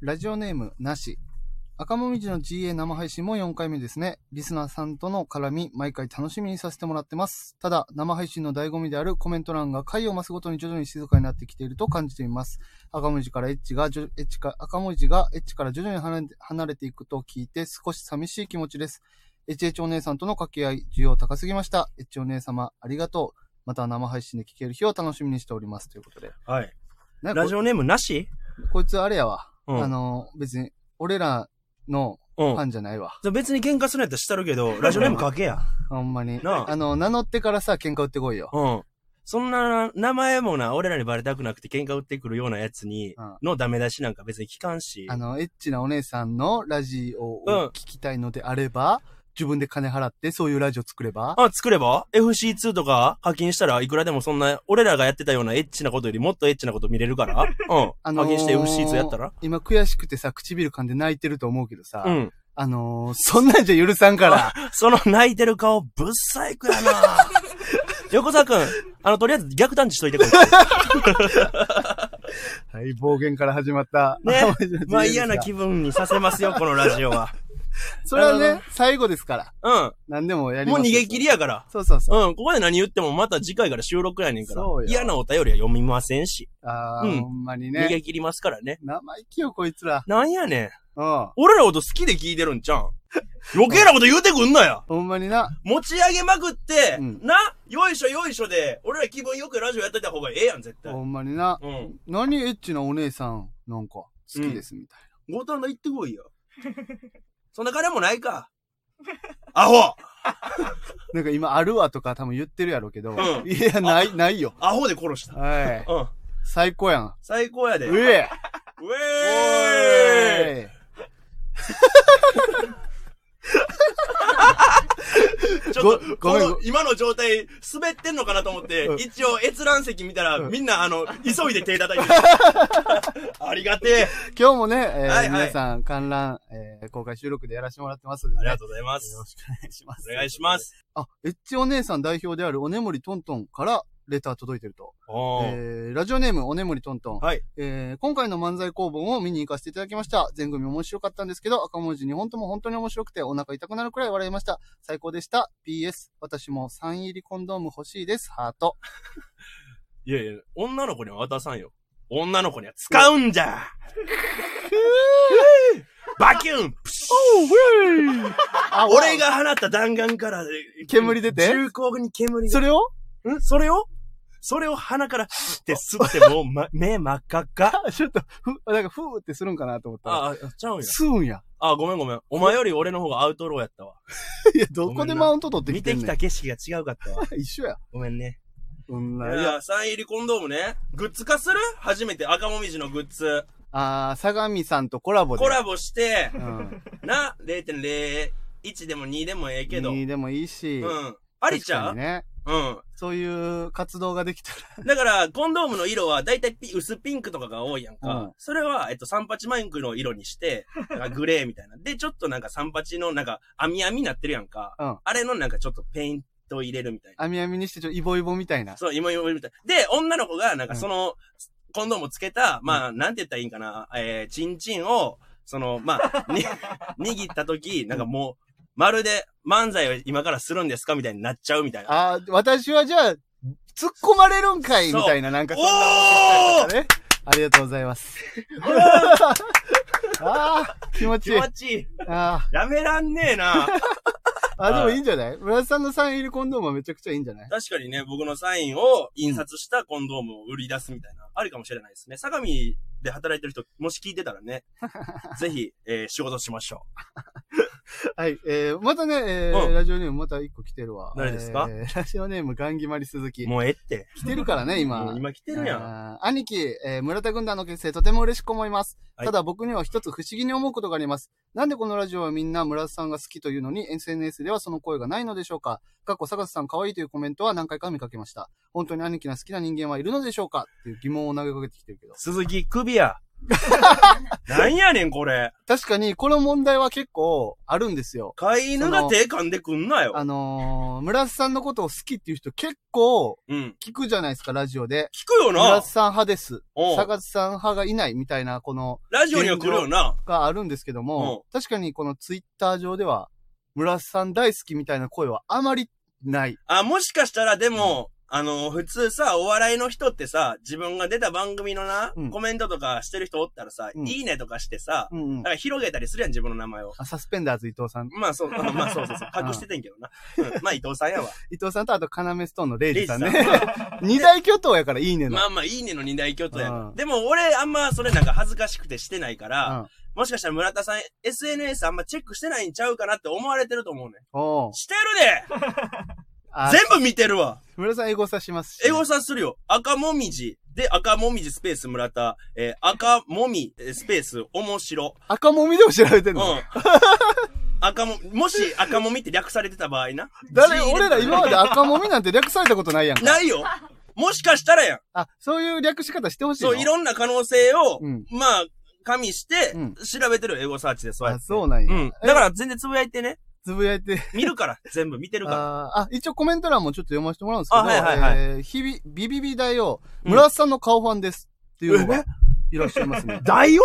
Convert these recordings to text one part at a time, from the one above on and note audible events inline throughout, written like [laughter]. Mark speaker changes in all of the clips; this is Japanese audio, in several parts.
Speaker 1: ラジオネームなし。赤もみじの GA 生配信も4回目ですね。リスナーさんとの絡み、毎回楽しみにさせてもらってます。ただ、生配信の醍醐味であるコメント欄が回を増すごとに徐々に静かになってきていると感じています。赤もみじからエッチが、じょエッチか、赤もみじがエッチから徐々に離れ離れていくと聞いて少し寂しい気持ちです。エッチエッチお姉さんとの掛け合い、需要高すぎました。エッチお姉様、ありがとう。また生配信で聞ける日を楽しみにしております。ということで。
Speaker 2: はい。
Speaker 1: なんか
Speaker 2: ラ
Speaker 1: こ
Speaker 2: ジオネームなし
Speaker 1: こいつあれやわ。
Speaker 2: うん
Speaker 1: あの、別に、俺らの
Speaker 2: う
Speaker 1: フ
Speaker 2: ん。
Speaker 1: ァンじゃないわ。
Speaker 2: じゃあ別に喧嘩するんやったらしたるけど、ラジオネームかけや。
Speaker 1: ほんまに。
Speaker 2: なあ
Speaker 1: あの、名乗ってからさ、喧嘩売ってこいよ。
Speaker 2: うん。そんな名前もな、俺らにバレたくなくて喧嘩売ってくるようなやつに
Speaker 1: うん、
Speaker 2: のダメ出しなんか別に聞かんし
Speaker 1: あ。の、エッチなお姉さんのラジオを
Speaker 2: うん
Speaker 1: 聞きたいのであれば、自分で金払ってそういうラジオ作れば、
Speaker 2: あ、作れば ?FC2 とか課金したらいくらでもそんな、俺らがやってたようなエッチなことよりもっとエッチなこと見れ
Speaker 1: [laughs]
Speaker 2: るから。うん。
Speaker 1: あのー
Speaker 2: 課金して FC2 やったら
Speaker 1: 今悔しくてさ、唇噛んで泣いてると思うけどさ、
Speaker 2: うん。
Speaker 1: あのーそんなんじゃ許さん
Speaker 2: [laughs]
Speaker 1: から、
Speaker 2: その泣いてる顔、ぶっさい
Speaker 1: [laughs]
Speaker 2: くやな横澤くん、あの、とりあえず逆探知しと
Speaker 1: [laughs]
Speaker 2: いてくれ。
Speaker 1: はい、暴言から始まった。 [laughs]
Speaker 2: ね
Speaker 1: 生配信の自由で
Speaker 2: まあ
Speaker 1: すが
Speaker 2: 嫌な気分にさせますよ、このラジオは。
Speaker 1: それは
Speaker 2: あ
Speaker 1: ね
Speaker 2: の、
Speaker 1: 最後ですから。
Speaker 2: う
Speaker 1: 何でもや
Speaker 2: ん。
Speaker 1: り
Speaker 2: も
Speaker 1: ま
Speaker 2: う
Speaker 1: す
Speaker 2: 逃げ切りやから。
Speaker 1: そうそうそう。
Speaker 2: うん、ここで何言ってもまた次回から収録やねんから
Speaker 1: そう。よ
Speaker 2: 嫌なお便りは読みませんし。
Speaker 1: ああ、
Speaker 2: うん
Speaker 1: ほんまに
Speaker 2: 逃げ
Speaker 1: ね。
Speaker 2: 切りますからね。
Speaker 1: 生意気よ、こいつら。
Speaker 2: なんやねん。
Speaker 1: うん。
Speaker 2: 俺らのこと好きで聞いてるんちゃうん。 [laughs] 余計なこと言うてくんなや。
Speaker 1: ほんまにな。
Speaker 2: 持ち上げまくって、
Speaker 1: うん
Speaker 2: な、よいしょよいしょで、俺ら気分よくラジオやってた方がええやん、絶対。
Speaker 1: ほんまにな。
Speaker 2: うん。
Speaker 1: 何エッチなお姉さん、なんか、好きです、みたい
Speaker 2: ゴータンダ行ってこいよ。 [laughs] そんな金もないか。アホ
Speaker 1: な。なんか今、あるわとか多分言ってるやろうけど。
Speaker 2: うん
Speaker 1: いや、ない、ないよ。
Speaker 2: アホで殺した。
Speaker 1: はい。
Speaker 2: うん。
Speaker 1: 最高やん。
Speaker 2: 最高やで。
Speaker 1: うえ
Speaker 2: ウ
Speaker 1: お
Speaker 2: ェーイ
Speaker 1: い
Speaker 2: [laughs] ちょっと、
Speaker 1: ご
Speaker 2: こ
Speaker 1: ごめん
Speaker 2: の、今の状態、滑ってんのかなと思って
Speaker 1: うん、
Speaker 2: 一応閲覧席見たら、
Speaker 1: うん
Speaker 2: みん
Speaker 1: [laughs]
Speaker 2: な、あの、急いで手叩いてるありがてえ。
Speaker 1: 今日もね、えー
Speaker 2: はいはい
Speaker 1: 皆さん観覧、えー公開収録でやらせてもらってますので、ね。
Speaker 2: ありがとうございます。
Speaker 1: よろしくお願いします。
Speaker 2: お願いします。。
Speaker 1: あ、エッチお姉さん代表であるおねむりとんとんから、レター届いてると。
Speaker 2: おー
Speaker 1: えー、ラジオネーム、おねむりとんとん。
Speaker 2: はい。
Speaker 1: えー今回の漫才公文を見に行かせていただきました。全組面白かったんですけど、赤文字2本とも本当に面白くてお腹痛くなるくらい笑いました。最高でした。PS、私も3入りコンドーム欲しいです。ハート。
Speaker 2: いやいや、女の子には渡さんよ。女の子には使うん
Speaker 1: [laughs]
Speaker 2: じゃバキュンプシュ
Speaker 1: あ
Speaker 2: 俺が放った弾丸から、
Speaker 1: 煙出て
Speaker 2: 重厚に煙が
Speaker 1: それを
Speaker 2: んそれをそれを鼻から、って吸って、もう、ま、目真っ赤っか。
Speaker 1: あ、ちょっと、ふ、なんか、ふーってするんかなと思ったら。
Speaker 2: あ、あちゃうんや。
Speaker 1: すうんや。
Speaker 2: あ、ごめんごめん。お前より俺の方がアウトローやったわ。
Speaker 1: いや、どこでマウント取って
Speaker 2: 見
Speaker 1: きて
Speaker 2: て
Speaker 1: んねん。
Speaker 2: きた景色が違うか
Speaker 1: [laughs]
Speaker 2: ったわ。
Speaker 1: 一緒や。
Speaker 2: ごめんね。
Speaker 1: そん
Speaker 2: い
Speaker 1: な。いや、
Speaker 2: や、サイン入りコンドームね。グッズ化する初めて赤もみじのグッズ。
Speaker 1: あー、相模さんとコラボで。
Speaker 2: コラボして、
Speaker 1: うん。
Speaker 2: な、0.01でも2でもええけど。う
Speaker 1: に
Speaker 2: ん。
Speaker 1: でもいいし。
Speaker 2: ありちゃ
Speaker 1: 確かに
Speaker 2: う、
Speaker 1: ね。
Speaker 2: うん。
Speaker 1: そういう活動ができた
Speaker 2: だから、コンドームの色はだいたいピ薄ピンクとかが多いやんか。
Speaker 1: うん
Speaker 2: それは、えっと、三八マイクの色にして、なんかグレーみたいな。で、ちょっとなんか三八のなんか、網網になってるやんか。
Speaker 1: うん
Speaker 2: あれのなんかちょっとペイント入れるみたいな。
Speaker 1: ら。網網にして、ちょ、イボイボみたいな。
Speaker 2: そう、今今みたい。で、女の子が、な
Speaker 1: う
Speaker 2: んか
Speaker 1: ん
Speaker 2: その、コンドームつけた、まあ、なんて言ったらいいんかな、えー、チンチンを、その、まあ、
Speaker 1: [laughs]
Speaker 2: に、握ったとき、なんかもう、まるで漫才を今からするんですかみたいになっちゃうみたいな。
Speaker 1: あー、私はじゃあ、突っ込まれるんかい
Speaker 2: そう
Speaker 1: みたいな、なんかそんな
Speaker 2: おー
Speaker 1: ね。ありがとうござい
Speaker 2: [laughs]
Speaker 1: ます。あー、気持ち
Speaker 2: 気
Speaker 1: いい。
Speaker 2: 持ちいい。
Speaker 1: あ
Speaker 2: やめらんねえな。
Speaker 1: ー、あでもいいんじゃない村田さんのサイン入りコンドームはめちゃくちゃいいんじゃない
Speaker 2: 確かにね、僕のサインを印刷したコンドームを売り出すみたいな、あるかもしれないですね。相模で働いてる人、もし聞いてたら
Speaker 1: [laughs]
Speaker 2: ね、ぜひ、えー仕事しましょ
Speaker 1: はい、えー、またね、えー
Speaker 2: うん
Speaker 1: ラジオネームまた一個来てるわ。
Speaker 2: 誰ですか
Speaker 1: えーラジオネームガンギマリ鈴木
Speaker 2: う。。もうええって。
Speaker 1: 来てるからね、
Speaker 2: も
Speaker 1: 今
Speaker 2: う。今来てるやん。
Speaker 1: あー兄貴、えー村田軍団の結成とても嬉しく思います。
Speaker 2: はい
Speaker 1: ただ僕には一つ不思議に思うことがあります。なんでこのラジオはみんな村田さんが好きというのに SNS ではその声がないのでしょうかかっこ坂田さん可愛いというコメントは何回か見かけました。本当に兄貴の好きな人間はいるのでしょうかっていう疑問を投げかけてきてるけど。 [laughs]
Speaker 2: 鈴木、クビや。なんやねん、これ。
Speaker 1: 確かに、この問題は結構あるんですよ。
Speaker 2: 飼い犬が手噛んでくんなよ
Speaker 1: あ。のー、村瀬さんのことを好きっていう人結構
Speaker 2: うん。
Speaker 1: 聞くじゃないですか、ラジオで。
Speaker 2: 聞くよ
Speaker 1: 村
Speaker 2: な
Speaker 1: 瀬。さん派です。
Speaker 2: うん
Speaker 1: 坂津さん派がいないみたいな、この、
Speaker 2: ラジオには来るよな。
Speaker 1: があるんですけども、確かにこのツイッター上では、村瀬さん大好きみたいな声はあまりない。
Speaker 2: あ、もしかしたらでも、あの、普通さ、お笑いの人ってさ、自分が出た番組のな、
Speaker 1: うん
Speaker 2: コメントとかしてる人おったらさ、
Speaker 1: うん
Speaker 2: いいねとかしてさ、
Speaker 1: うんうん
Speaker 2: なん。か広げたりするやん、自分の名前を。
Speaker 1: あサスペンダーズ伊藤さん。
Speaker 2: まあそう、まあそうそうそう、
Speaker 1: [laughs]
Speaker 2: 隠しててんけどな。うんまあ伊藤さんやわ。
Speaker 1: 伊藤さんとあと、要ストーンのレイジさんね
Speaker 2: レイ。
Speaker 1: [laughs] 二大巨頭やからいいねの。
Speaker 2: まあまあいいねの二大巨頭や
Speaker 1: う。
Speaker 2: なんでも俺あんまそれなんか恥ずかしくてしてないから、
Speaker 1: うん、
Speaker 2: もしかしたら村田さん SNS あんまチェックしてないんちゃうかなって思われてると思うね。
Speaker 1: おう
Speaker 2: してるで
Speaker 1: あ
Speaker 2: 全部見てるわ
Speaker 1: 村さんエゴサしますし。
Speaker 2: エゴサするよ。赤もみじ。で、赤もみじスペース村田。えー赤もみえースペース面白。
Speaker 1: 赤もみでも調べてん
Speaker 2: うん
Speaker 1: の、。
Speaker 2: 赤も、もし赤もみって略されてた場合な。
Speaker 1: 誰、
Speaker 2: G 入れ
Speaker 1: 俺ら今まで赤もみなんて略されたことないやんか。
Speaker 2: ないよもしかしたらやん。
Speaker 1: あ、そういう略し方してほしいの
Speaker 2: そう、いろんな可能性を、
Speaker 1: うん
Speaker 2: まあ、加味して
Speaker 1: うん、
Speaker 2: 調べてるエゴサーチで、そうや
Speaker 1: あ、
Speaker 2: って。
Speaker 1: そうなんや。
Speaker 2: うん。だから全然つぶやいてね。
Speaker 1: つぶやいて。
Speaker 2: 見るから。全部見てるから。
Speaker 1: あーあ、一応コメント欄もちょっと読ませてもらうんですけど、
Speaker 2: あはいはいはい
Speaker 1: えー日々、ビビビ大王、
Speaker 2: うん。
Speaker 1: 村瀬さんの顔ファンですっていうのが [laughs] いらっしゃいますね
Speaker 2: [laughs] 大王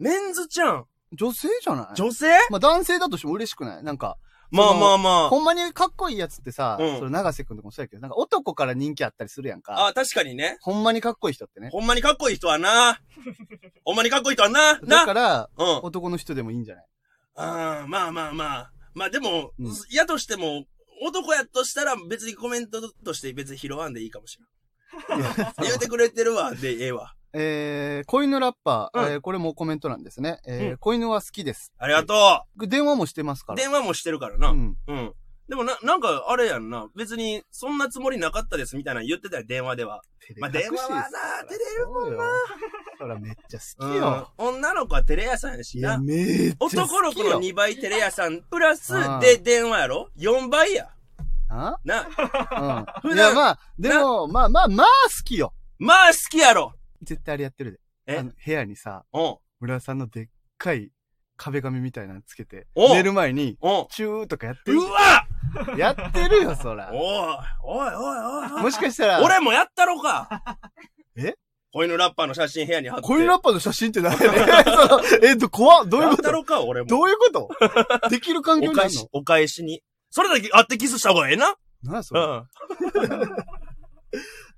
Speaker 2: メンズちゃん
Speaker 1: 女性じゃない
Speaker 2: 女性
Speaker 1: まあ男性だとしても嬉しくないなんか、
Speaker 2: まあまあま
Speaker 1: ほんまにかっこいいやつってさ、
Speaker 2: うん
Speaker 1: それ長瀬くんとかもそうやけど、なんか男から人気あったりするやん
Speaker 2: あ。
Speaker 1: か。
Speaker 2: あ、確かにね。
Speaker 1: ほんまにかっこいい人ってね。
Speaker 2: ほんまにかっこいい人は [laughs] な。ほんまにかっこいい人はな。
Speaker 1: だ
Speaker 2: な。
Speaker 1: から、
Speaker 2: うん。
Speaker 1: 男の人でもいいんじゃない
Speaker 2: あーまあまあまあ。まあでも、
Speaker 1: うん
Speaker 2: やとしても、男やとしたら別にコメントとして別に拾わんでいいかもしれん。 [laughs] 言うてくれてるわ、で、ええわ。
Speaker 1: えー、子犬ラッパー、
Speaker 2: うん
Speaker 1: えーこれもコメントなんですね。えー
Speaker 2: うん
Speaker 1: 子犬は好きです。
Speaker 2: ありがと
Speaker 1: 電話もしてますか
Speaker 2: う。
Speaker 1: ら。
Speaker 2: 電話もしてるからな。
Speaker 1: うん。
Speaker 2: うん。でもな、なんか、あれやんな。別に、そんなつもりなかったですみたいなの言ってたよ、電話では。まあ、電話はな、照れるもんな。
Speaker 1: そらめっちゃ好き
Speaker 2: うん
Speaker 1: よ。
Speaker 2: 女の子は照れ屋さんやし
Speaker 1: いや、
Speaker 2: な。
Speaker 1: めっちゃ好きよ。
Speaker 2: 男の子の2倍照れ屋さん、プラス
Speaker 1: うん、
Speaker 2: で、電話やろ ?4 倍や。
Speaker 1: あ
Speaker 2: な。
Speaker 1: うん。
Speaker 2: [laughs] 普段
Speaker 1: いや、まあ、でも、まあまあ、まあ好きよ。
Speaker 2: まあ、好きやろ。
Speaker 1: 絶対あれやってるで。
Speaker 2: え
Speaker 1: あの、部屋にさ、
Speaker 2: うん。
Speaker 1: 村田さんのでっかい壁紙みたいなのつけて、
Speaker 2: お
Speaker 1: 寝る前に、
Speaker 2: うん。
Speaker 1: チューとかやってる
Speaker 2: う。わ
Speaker 1: やってるよ、そら
Speaker 2: おい。おいおいおいお
Speaker 1: も
Speaker 2: い。
Speaker 1: しかしたら、
Speaker 2: 俺もやったろか。
Speaker 1: え
Speaker 2: 子犬ラッパーの写真部屋に貼って。
Speaker 1: コインラッパーの写真って何やねん [laughs] そのえっと、怖っどういう
Speaker 2: やっ
Speaker 1: こ
Speaker 2: た
Speaker 1: と
Speaker 2: ろか、俺も。
Speaker 1: どういう
Speaker 2: [laughs]
Speaker 1: ことできる環境
Speaker 2: お
Speaker 1: にあ
Speaker 2: 返
Speaker 1: る
Speaker 2: し
Speaker 1: の、
Speaker 2: お返しに。それだけ会ってキスした方がええな。
Speaker 1: なんやそうれ、
Speaker 2: ん。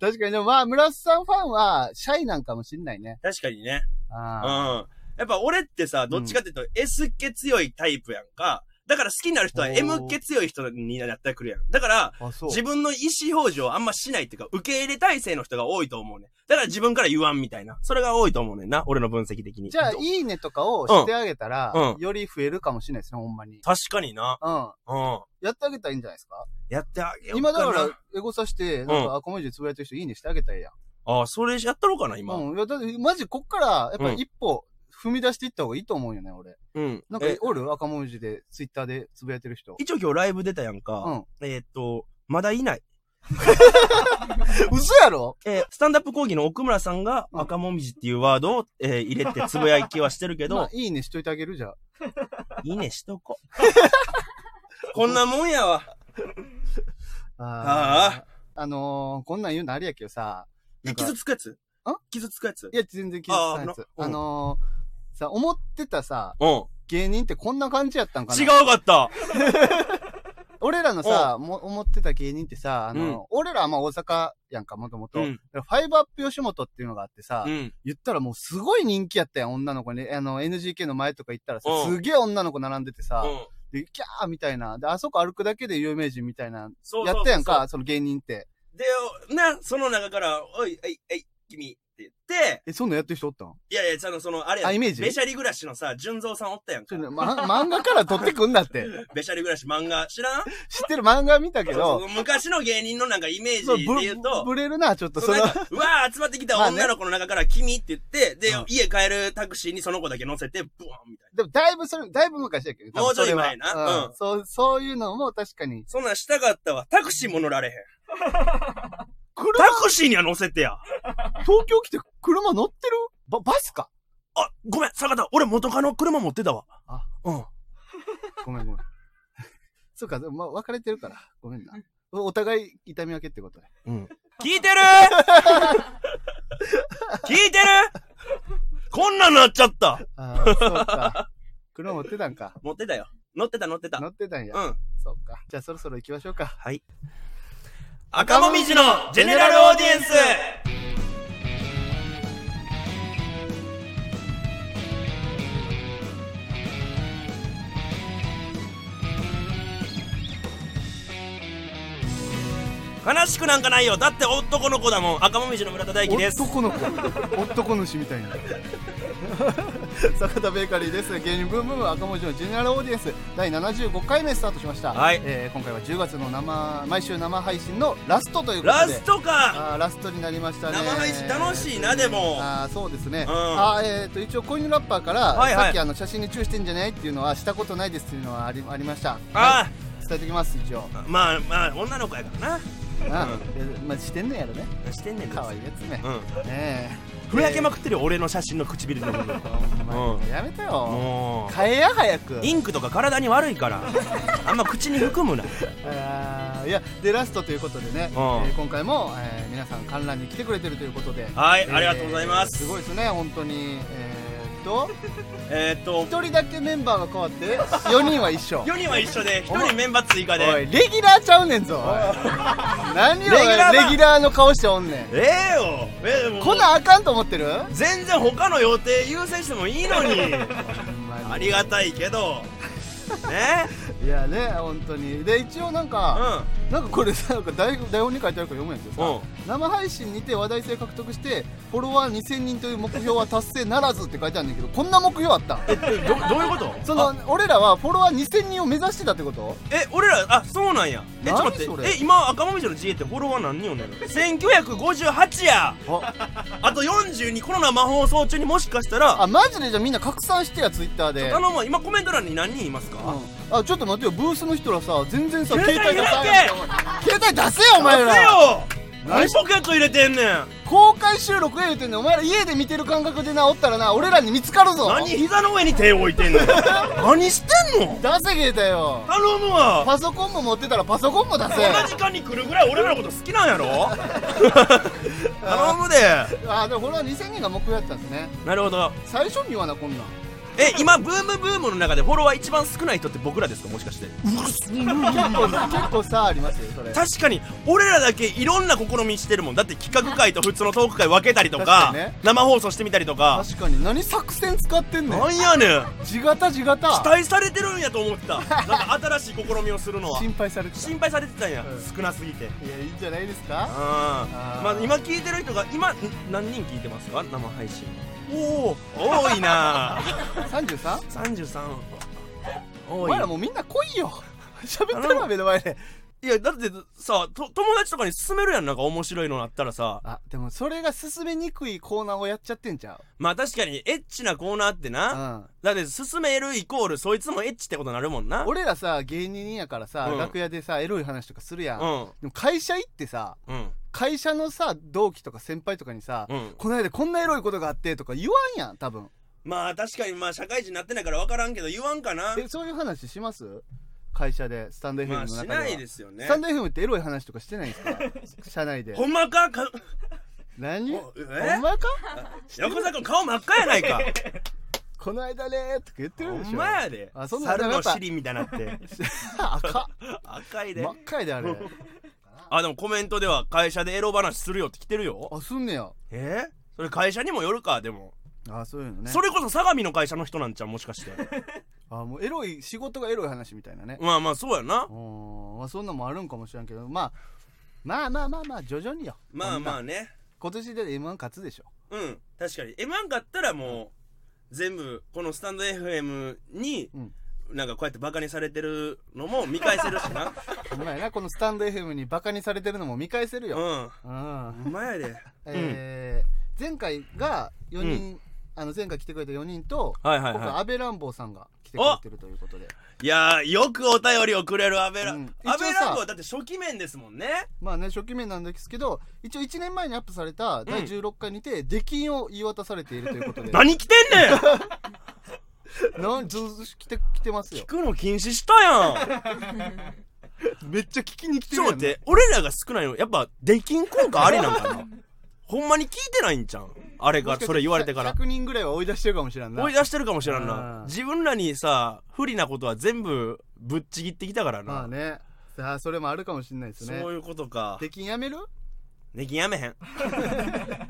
Speaker 1: 確かに、でもまあ、村瀬さんファンは、シャイなんかもしんないね。
Speaker 2: 確かにね。うん。
Speaker 1: あ
Speaker 2: やっぱ俺ってさ、どっちかっていうと S 気強いタイプやんか。だから好きになる人は
Speaker 1: おー
Speaker 2: M 気強い人になってくるやん。だから、
Speaker 1: あ。あ、そう。
Speaker 2: 自分の意思表示をあんましないっていうか、受け入れ体制の人が多いと思うね。だから自分から言わんみたいな。それが多いと思うねんな。俺の分析的に。
Speaker 1: じゃあ、
Speaker 2: ど
Speaker 1: いいねとかをしてあげたら、
Speaker 2: うんうん
Speaker 1: より増えるかもしれないですね、ほんまに。
Speaker 2: 確かにな。
Speaker 1: うん。
Speaker 2: うん。
Speaker 1: やってあげたらいいんじゃないですか
Speaker 2: やってあげよう
Speaker 1: 今
Speaker 2: かな。
Speaker 1: だから、エゴさして、なん
Speaker 2: う
Speaker 1: か、あ、この字つぶやいてる人いいねしてあげたらええやん。
Speaker 2: ああ、それやったろうかな、今。
Speaker 1: うん。いや、だって、マジこっから、やっぱ
Speaker 2: うん
Speaker 1: 一歩踏み出していった方がいいと思うよね、俺。
Speaker 2: うん。
Speaker 1: なんか
Speaker 2: え、
Speaker 1: おる赤文字で、ツイッターでつぶやいてる人。
Speaker 2: 一応今日ライブ出たやん
Speaker 1: う
Speaker 2: か。
Speaker 1: ん。
Speaker 2: えーっと、まだいない。
Speaker 1: 嘘やろ
Speaker 2: えースタンダップ講義の奥村さんが
Speaker 1: うん
Speaker 2: 赤もみじっていうワードを、えー入れてつぶやきはしてるけ
Speaker 1: ま
Speaker 2: ど
Speaker 1: あ、いいねしといてあげるじゃん。
Speaker 2: いいねしとこう。 [laughs] こんなもんやわ。あ
Speaker 1: ああ。あのー、こんなん言うのあれやけどさ。な
Speaker 2: え
Speaker 1: んか
Speaker 2: 傷つくやつん
Speaker 1: ん
Speaker 2: 傷つくやつ
Speaker 1: いや、全然気づかないやつ。
Speaker 2: あーな
Speaker 1: あ
Speaker 2: うん
Speaker 1: のー、さ、思ってたさ、
Speaker 2: うん。
Speaker 1: 芸人ってこんな感じやったんかな
Speaker 2: 違うかった。
Speaker 1: 俺らのさ、も思ってた芸人ってさ、あの、
Speaker 2: うん
Speaker 1: 俺らはまあ大阪やんか、もともと。
Speaker 2: う
Speaker 1: だ
Speaker 2: ん。
Speaker 1: からファイブアップ吉本っていうのがあってさ、
Speaker 2: うん。
Speaker 1: 言ったらもうすごい人気やったやん、女の子に。あの、NGK の前とか行ったらさ、
Speaker 2: うん
Speaker 1: すげえ女の子並んでてさ、で、キャーみたいな。で、あそこ歩くだけで有名人みたいな。
Speaker 2: そうそうそう
Speaker 1: やったやんか、。その芸人って。
Speaker 2: で、おな、その中から、おい、えい、えい、君って言って、
Speaker 1: え、そんなんやってる人おった
Speaker 2: [laughs]
Speaker 1: ん
Speaker 2: いやいや、その、その、あれや
Speaker 1: あイメージ
Speaker 2: べしゃり暮らしのさ、純蔵さんおったやん
Speaker 1: ち
Speaker 2: か
Speaker 1: ょ。ま、漫画から撮ってくんだ
Speaker 2: [laughs]
Speaker 1: って。
Speaker 2: べしゃり暮らし漫画知らん
Speaker 1: 知ってる漫画見たけ
Speaker 2: そう
Speaker 1: ど
Speaker 2: そ、う昔の芸人のなんかイメージ
Speaker 1: そう
Speaker 2: で
Speaker 1: ぶ
Speaker 2: 言うと、
Speaker 1: ぶれるな、ちょっと、
Speaker 2: そ
Speaker 1: そ
Speaker 2: の
Speaker 1: の
Speaker 2: なん、
Speaker 1: [laughs]
Speaker 2: かうわー集まってきた
Speaker 1: まあね
Speaker 2: 女の子の中から君って言って、で、
Speaker 1: うん
Speaker 2: 家帰るタクシーにその子だけ乗せて、ブワンみたいな。
Speaker 1: でもだいぶそれ、だいぶ昔やけど、多分それは
Speaker 2: もうちょい前な
Speaker 1: う
Speaker 2: うん
Speaker 1: ん。そう、そういうのも確かに。
Speaker 2: そんなんしたかったわ。タクシーも乗られへん。
Speaker 1: 車
Speaker 2: タクシーには乗せてや。
Speaker 1: 東京来て車乗ってるバ、バスか
Speaker 2: あ、ごめん、坂田、俺元カノ車持ってたわ。
Speaker 1: あ、
Speaker 2: うん。
Speaker 1: ごめんごめ [laughs] ん。そうか、でもまあ別れてるから、ごめんな。おお互い痛み分けってことで。
Speaker 2: うん。聞いてる聞いてるこんなんなっちゃった
Speaker 1: あ
Speaker 2: [laughs]
Speaker 1: あ、そうか。車持ってたんか。
Speaker 2: 持ってたよ。乗ってた乗ってた。
Speaker 1: 乗ってたんや。
Speaker 2: うん。
Speaker 1: そうか。じゃあそろそろ行きましょうか。
Speaker 2: はい。赤もみじのジェネラルオーディエンス悲しくなんかないよだって男の子だもん赤もみじの村田大樹です
Speaker 1: 男の子。男主みたいな。 [laughs] 坂田ベーカリーです。芸人ブームブーム赤文字のジェネラルオーディエンス第75回目スタートしました。
Speaker 2: はい
Speaker 1: えー今回は10月の生、毎週生配信のラストということで。
Speaker 2: ラストか
Speaker 1: あーラストになりました
Speaker 2: 生
Speaker 1: ね。
Speaker 2: 配信楽しいなでも
Speaker 1: あーそうですね、
Speaker 2: うん
Speaker 1: あーえー、と一応コインラッパーから、
Speaker 2: はいはい
Speaker 1: さっきあの写真に注意してんじゃないっていうのはしたことないですっていうのはありありました
Speaker 2: あ
Speaker 1: 伝えておきます一
Speaker 2: [laughs]
Speaker 1: 応、
Speaker 2: あまあまあ女の子やから
Speaker 1: なあえまあ、してんねんやろね
Speaker 2: なしてんねんけど
Speaker 1: 可愛いやつね、
Speaker 2: うん
Speaker 1: ねえ
Speaker 2: ふやけまくってるよ俺の写真の唇の部分
Speaker 1: えほんまにやめたよ、
Speaker 2: も
Speaker 1: 変えや早く
Speaker 2: うインクとか体に悪いからあんま口に含むな
Speaker 1: あーいやでラストということでね、
Speaker 2: うん
Speaker 1: えー今回も、えー皆さん観覧に来てくれてるということでは
Speaker 2: はいありがとうございます
Speaker 1: すごいですね本当にえー、っと
Speaker 2: えーっと
Speaker 1: 1人だけメンバーが変わ
Speaker 2: [laughs]
Speaker 1: って4人は一緒
Speaker 2: 4人は一緒で1人メンバー追加
Speaker 1: おい
Speaker 2: で
Speaker 1: レギュラーちゃうねん
Speaker 2: [laughs]
Speaker 1: ぞおい何を
Speaker 2: レギュラーだ
Speaker 1: レギュラーの顔しておんねん
Speaker 2: ええよえでも
Speaker 1: こんなんあかんと思ってる
Speaker 2: 全然他の予定優先してもいいの [laughs] にありがたいけどね
Speaker 1: いやね本当にで一応なん
Speaker 2: う
Speaker 1: か、
Speaker 2: ん
Speaker 1: なんかこれさなんか台台本に書いてあるから読むんやけどさ、
Speaker 2: うん
Speaker 1: 生配信にて話題性獲得してフォロワー2000人という目標は達成ならずって書いてあるんだけどこんな目標あった
Speaker 2: えどどういうこと
Speaker 1: その
Speaker 2: あ
Speaker 1: 俺らはフォロワー2000人を目指してたってこと
Speaker 2: え俺らあそうなんやえちょっと待
Speaker 1: 何そ
Speaker 2: っ
Speaker 1: れ
Speaker 2: てえ今赤もみじの GA ってフォロワー何人おんのやろ1958や
Speaker 1: あ
Speaker 2: あと42この生放送中にもしかしたら
Speaker 1: あマジでじゃあみんな拡散してやツイッターで
Speaker 2: あのま今コメント欄に何人いますか、
Speaker 1: うんあちょっと待ってよブースの人らさ全然さ
Speaker 2: 携帯
Speaker 1: 出さんやん
Speaker 2: 開
Speaker 1: 携帯出せよお前ら
Speaker 2: 出せよ
Speaker 1: 何
Speaker 2: 何ポケット入れてんねん
Speaker 1: 公開収録や言うてんねんお前ら家で見てる感覚でなおったらな俺らに見つかるぞ
Speaker 2: 何膝の上に手を置いてんの
Speaker 1: [laughs]
Speaker 2: 何してんの
Speaker 1: 出せ携帯よ
Speaker 2: 頼むわ
Speaker 1: パソコンも持ってたらパソコンも出せ
Speaker 2: こんな時間に来るぐらい俺らのこと好きなん
Speaker 1: [laughs]
Speaker 2: やろ頼むで
Speaker 1: あーでもこれは2000人が目標やったんですね
Speaker 2: なるほど
Speaker 1: 最初に言わなこんなん
Speaker 2: え今ブームブームの中でフォロワー一番少ない人って僕らですかもしかして
Speaker 1: 結構結構差ありますよそれ
Speaker 2: 確かに俺らだけいろんな試みしてるもんだって企画会と普通のトーク会分けたりとか
Speaker 1: 確かにね
Speaker 2: 生放送してみたりとか
Speaker 1: 確かに何作戦使ってんねん
Speaker 2: なんやねん
Speaker 1: 地形地形
Speaker 2: 期待されてるんやと思ってたなんか新しい試みをするの
Speaker 1: [laughs]
Speaker 2: は
Speaker 1: 心配されてたい
Speaker 2: 心配されてたんや、
Speaker 1: うん
Speaker 2: 少なすぎてうん
Speaker 1: やいいんじゃないですかー
Speaker 2: まあ、今聞いてる人が今ん何人聞いてますか生配信おお多
Speaker 1: [laughs]
Speaker 2: いな
Speaker 1: 33?
Speaker 2: 33
Speaker 1: お
Speaker 2: 多い
Speaker 1: 前らもうみんな来いよ喋ってるわ目の前で
Speaker 2: いやだってさと友達とかに勧めるやんなんか面白いのあったらさ
Speaker 1: あでもそれが進めにくいコーナーをやっちゃってんじゃん
Speaker 2: まあ確かにエッチなコーナーってな、だって進めるイコールそいつもエッチってことになるもんな
Speaker 1: 俺らさ芸人やからさ、
Speaker 2: うん
Speaker 1: 楽屋でさエロい話とかするやん、
Speaker 2: う
Speaker 1: で
Speaker 2: ん
Speaker 1: も会社行ってさ
Speaker 2: うん
Speaker 1: 会社のさ同期とか先輩とかにさ、
Speaker 2: うん
Speaker 1: この間こんなエロいことがあってとか言わんやん多分
Speaker 2: まあ確かにまあ社会人になってないから分からんけど言わんかな
Speaker 1: えそういう話します会社でスタンド FM の
Speaker 2: まあ
Speaker 1: 中では、
Speaker 2: しないですよね
Speaker 1: スタンド FM ってエロい話とかしてないんですか
Speaker 2: [laughs]
Speaker 1: 社内で
Speaker 2: ほんまかか
Speaker 1: 何
Speaker 2: おえ
Speaker 1: お前か
Speaker 2: 横澤君顔真っ赤やないか
Speaker 1: この間ねーとか言って
Speaker 2: ほ
Speaker 1: るでしょ
Speaker 2: んまやで
Speaker 1: あそんな
Speaker 2: 猿
Speaker 1: や
Speaker 2: の
Speaker 1: っぱ
Speaker 2: 尻みたいになって
Speaker 1: [laughs] 赤
Speaker 2: [laughs] 赤いで、
Speaker 1: 真っ赤いであ
Speaker 2: [laughs]
Speaker 1: れ
Speaker 2: あでもコメントでは会社でエロ話するよって来てるよ
Speaker 1: あすんねや
Speaker 2: えーそれ会社にもよるかでも、
Speaker 1: あそういうのね
Speaker 2: それこそ相模の会社の人なんちゃうもしかして
Speaker 1: [laughs] あもうエロい仕事がエロい話みたいなね
Speaker 2: まあまあそうやな
Speaker 1: おまあそんなんもあるんかもしれんけど、まあ、まあまあまあまあ徐々によ
Speaker 2: まあ
Speaker 1: あ
Speaker 2: まあね
Speaker 1: 今年で m 1勝つでしょ
Speaker 2: うん確かに m 1買ったらもう全部このスタンド FM に、
Speaker 1: うん
Speaker 2: なんかこうやってバカにされてるのも [laughs] 見返せるしな
Speaker 1: お前なこのスタンド FM にバカにされてるのも見返せるよ、
Speaker 2: うん
Speaker 1: うん
Speaker 2: ほんまやで
Speaker 1: えー前回が4人、あの前回来てくれた4人と、
Speaker 2: はいはい
Speaker 1: 今回
Speaker 2: は
Speaker 1: 安倍乱暴さんが
Speaker 2: い
Speaker 3: 来てくれてるということで。
Speaker 2: いやー、よくお便りをくれる安倍ラ、
Speaker 1: うん
Speaker 2: 安
Speaker 1: 一
Speaker 2: 倍
Speaker 1: 応さ
Speaker 2: ランゴはだって初期面ですもんね。
Speaker 1: まあね、初期面なんですけど、一応1年前にアップされた第16回にて、出禁を言い渡されているということで、
Speaker 2: 何来てんねん
Speaker 1: なんずず来て、来てますよ
Speaker 2: [laughs] 聞。くの禁止した
Speaker 1: [laughs]
Speaker 2: やん。
Speaker 1: めっちゃ聞きに来て
Speaker 2: ち
Speaker 1: る
Speaker 2: ょっ
Speaker 1: やん
Speaker 2: と待っ
Speaker 1: ね。
Speaker 2: て、俺らが少ないの、やっぱ、出禁効果ありなん
Speaker 1: [laughs]
Speaker 2: かなほんまに聞いてないんじゃん。あれが、それ言われてから。
Speaker 1: 100人ぐらいは追い出してるかもしれんな
Speaker 2: 追い。出してるかもしれん
Speaker 1: う。
Speaker 2: なん自分らにさ、不利なことは全部ぶっちぎってきたから
Speaker 1: まあ
Speaker 2: な。
Speaker 1: ね。さあ、それもあるかもしれないです
Speaker 2: そ
Speaker 1: ね
Speaker 2: う。いうことか。
Speaker 1: 出禁やめる
Speaker 2: ねぎやめへ
Speaker 1: [laughs]
Speaker 2: ん。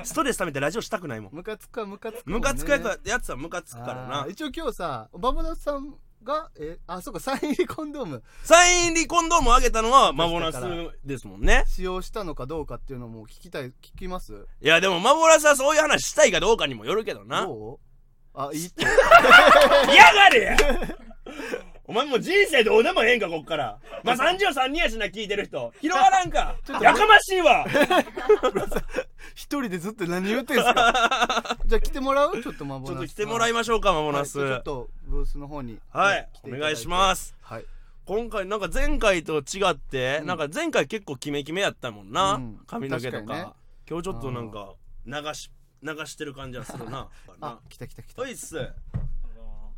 Speaker 2: ストレス溜めてラジオしたくないもん。
Speaker 1: ムカつくか、ムカつくもんね。
Speaker 2: ムカつくやつやつはムカつくから
Speaker 1: あ
Speaker 2: な
Speaker 1: ー。一応今日さ、バボナスさんが、え、あ、そうか、サイン入りコンドーム
Speaker 2: サイン入りコンドームをあげたのはマボナスですもんね。
Speaker 1: 使用したのかどうかっていうのも聞きたい、聞きます
Speaker 2: いや、でもマボナスはそういう話したいかどうかにもよるけどな。
Speaker 1: どうあ、いいって。
Speaker 2: 嫌がれや [laughs] お前もう人生どうでもええんか、こっから。まあ、33人やしな、聞いてる人。広がら
Speaker 1: [laughs]
Speaker 2: んか。やかましいわ。ち
Speaker 1: 一人でずっと何言ってんす
Speaker 2: [laughs]
Speaker 1: かじゃあ来てもらうちょっとマボ
Speaker 2: ょ
Speaker 1: ナス
Speaker 2: っと来てもらい
Speaker 1: ま
Speaker 2: ましょうか、マ
Speaker 1: す
Speaker 2: ボナス。
Speaker 1: はい、ちょ
Speaker 2: は
Speaker 1: っとブースの方に、
Speaker 2: い。お願いしますす。
Speaker 1: はい、
Speaker 2: 今回、なんか前回と違って、
Speaker 1: うん
Speaker 2: なんか前回結構キメキメやったもんな。
Speaker 1: うん
Speaker 2: 髪の毛とか
Speaker 1: 確かにね
Speaker 2: 今日ちょっとなんか、流し、流してる感じは
Speaker 1: [laughs]
Speaker 2: するな。
Speaker 1: あ来た来た来た
Speaker 2: おいっす。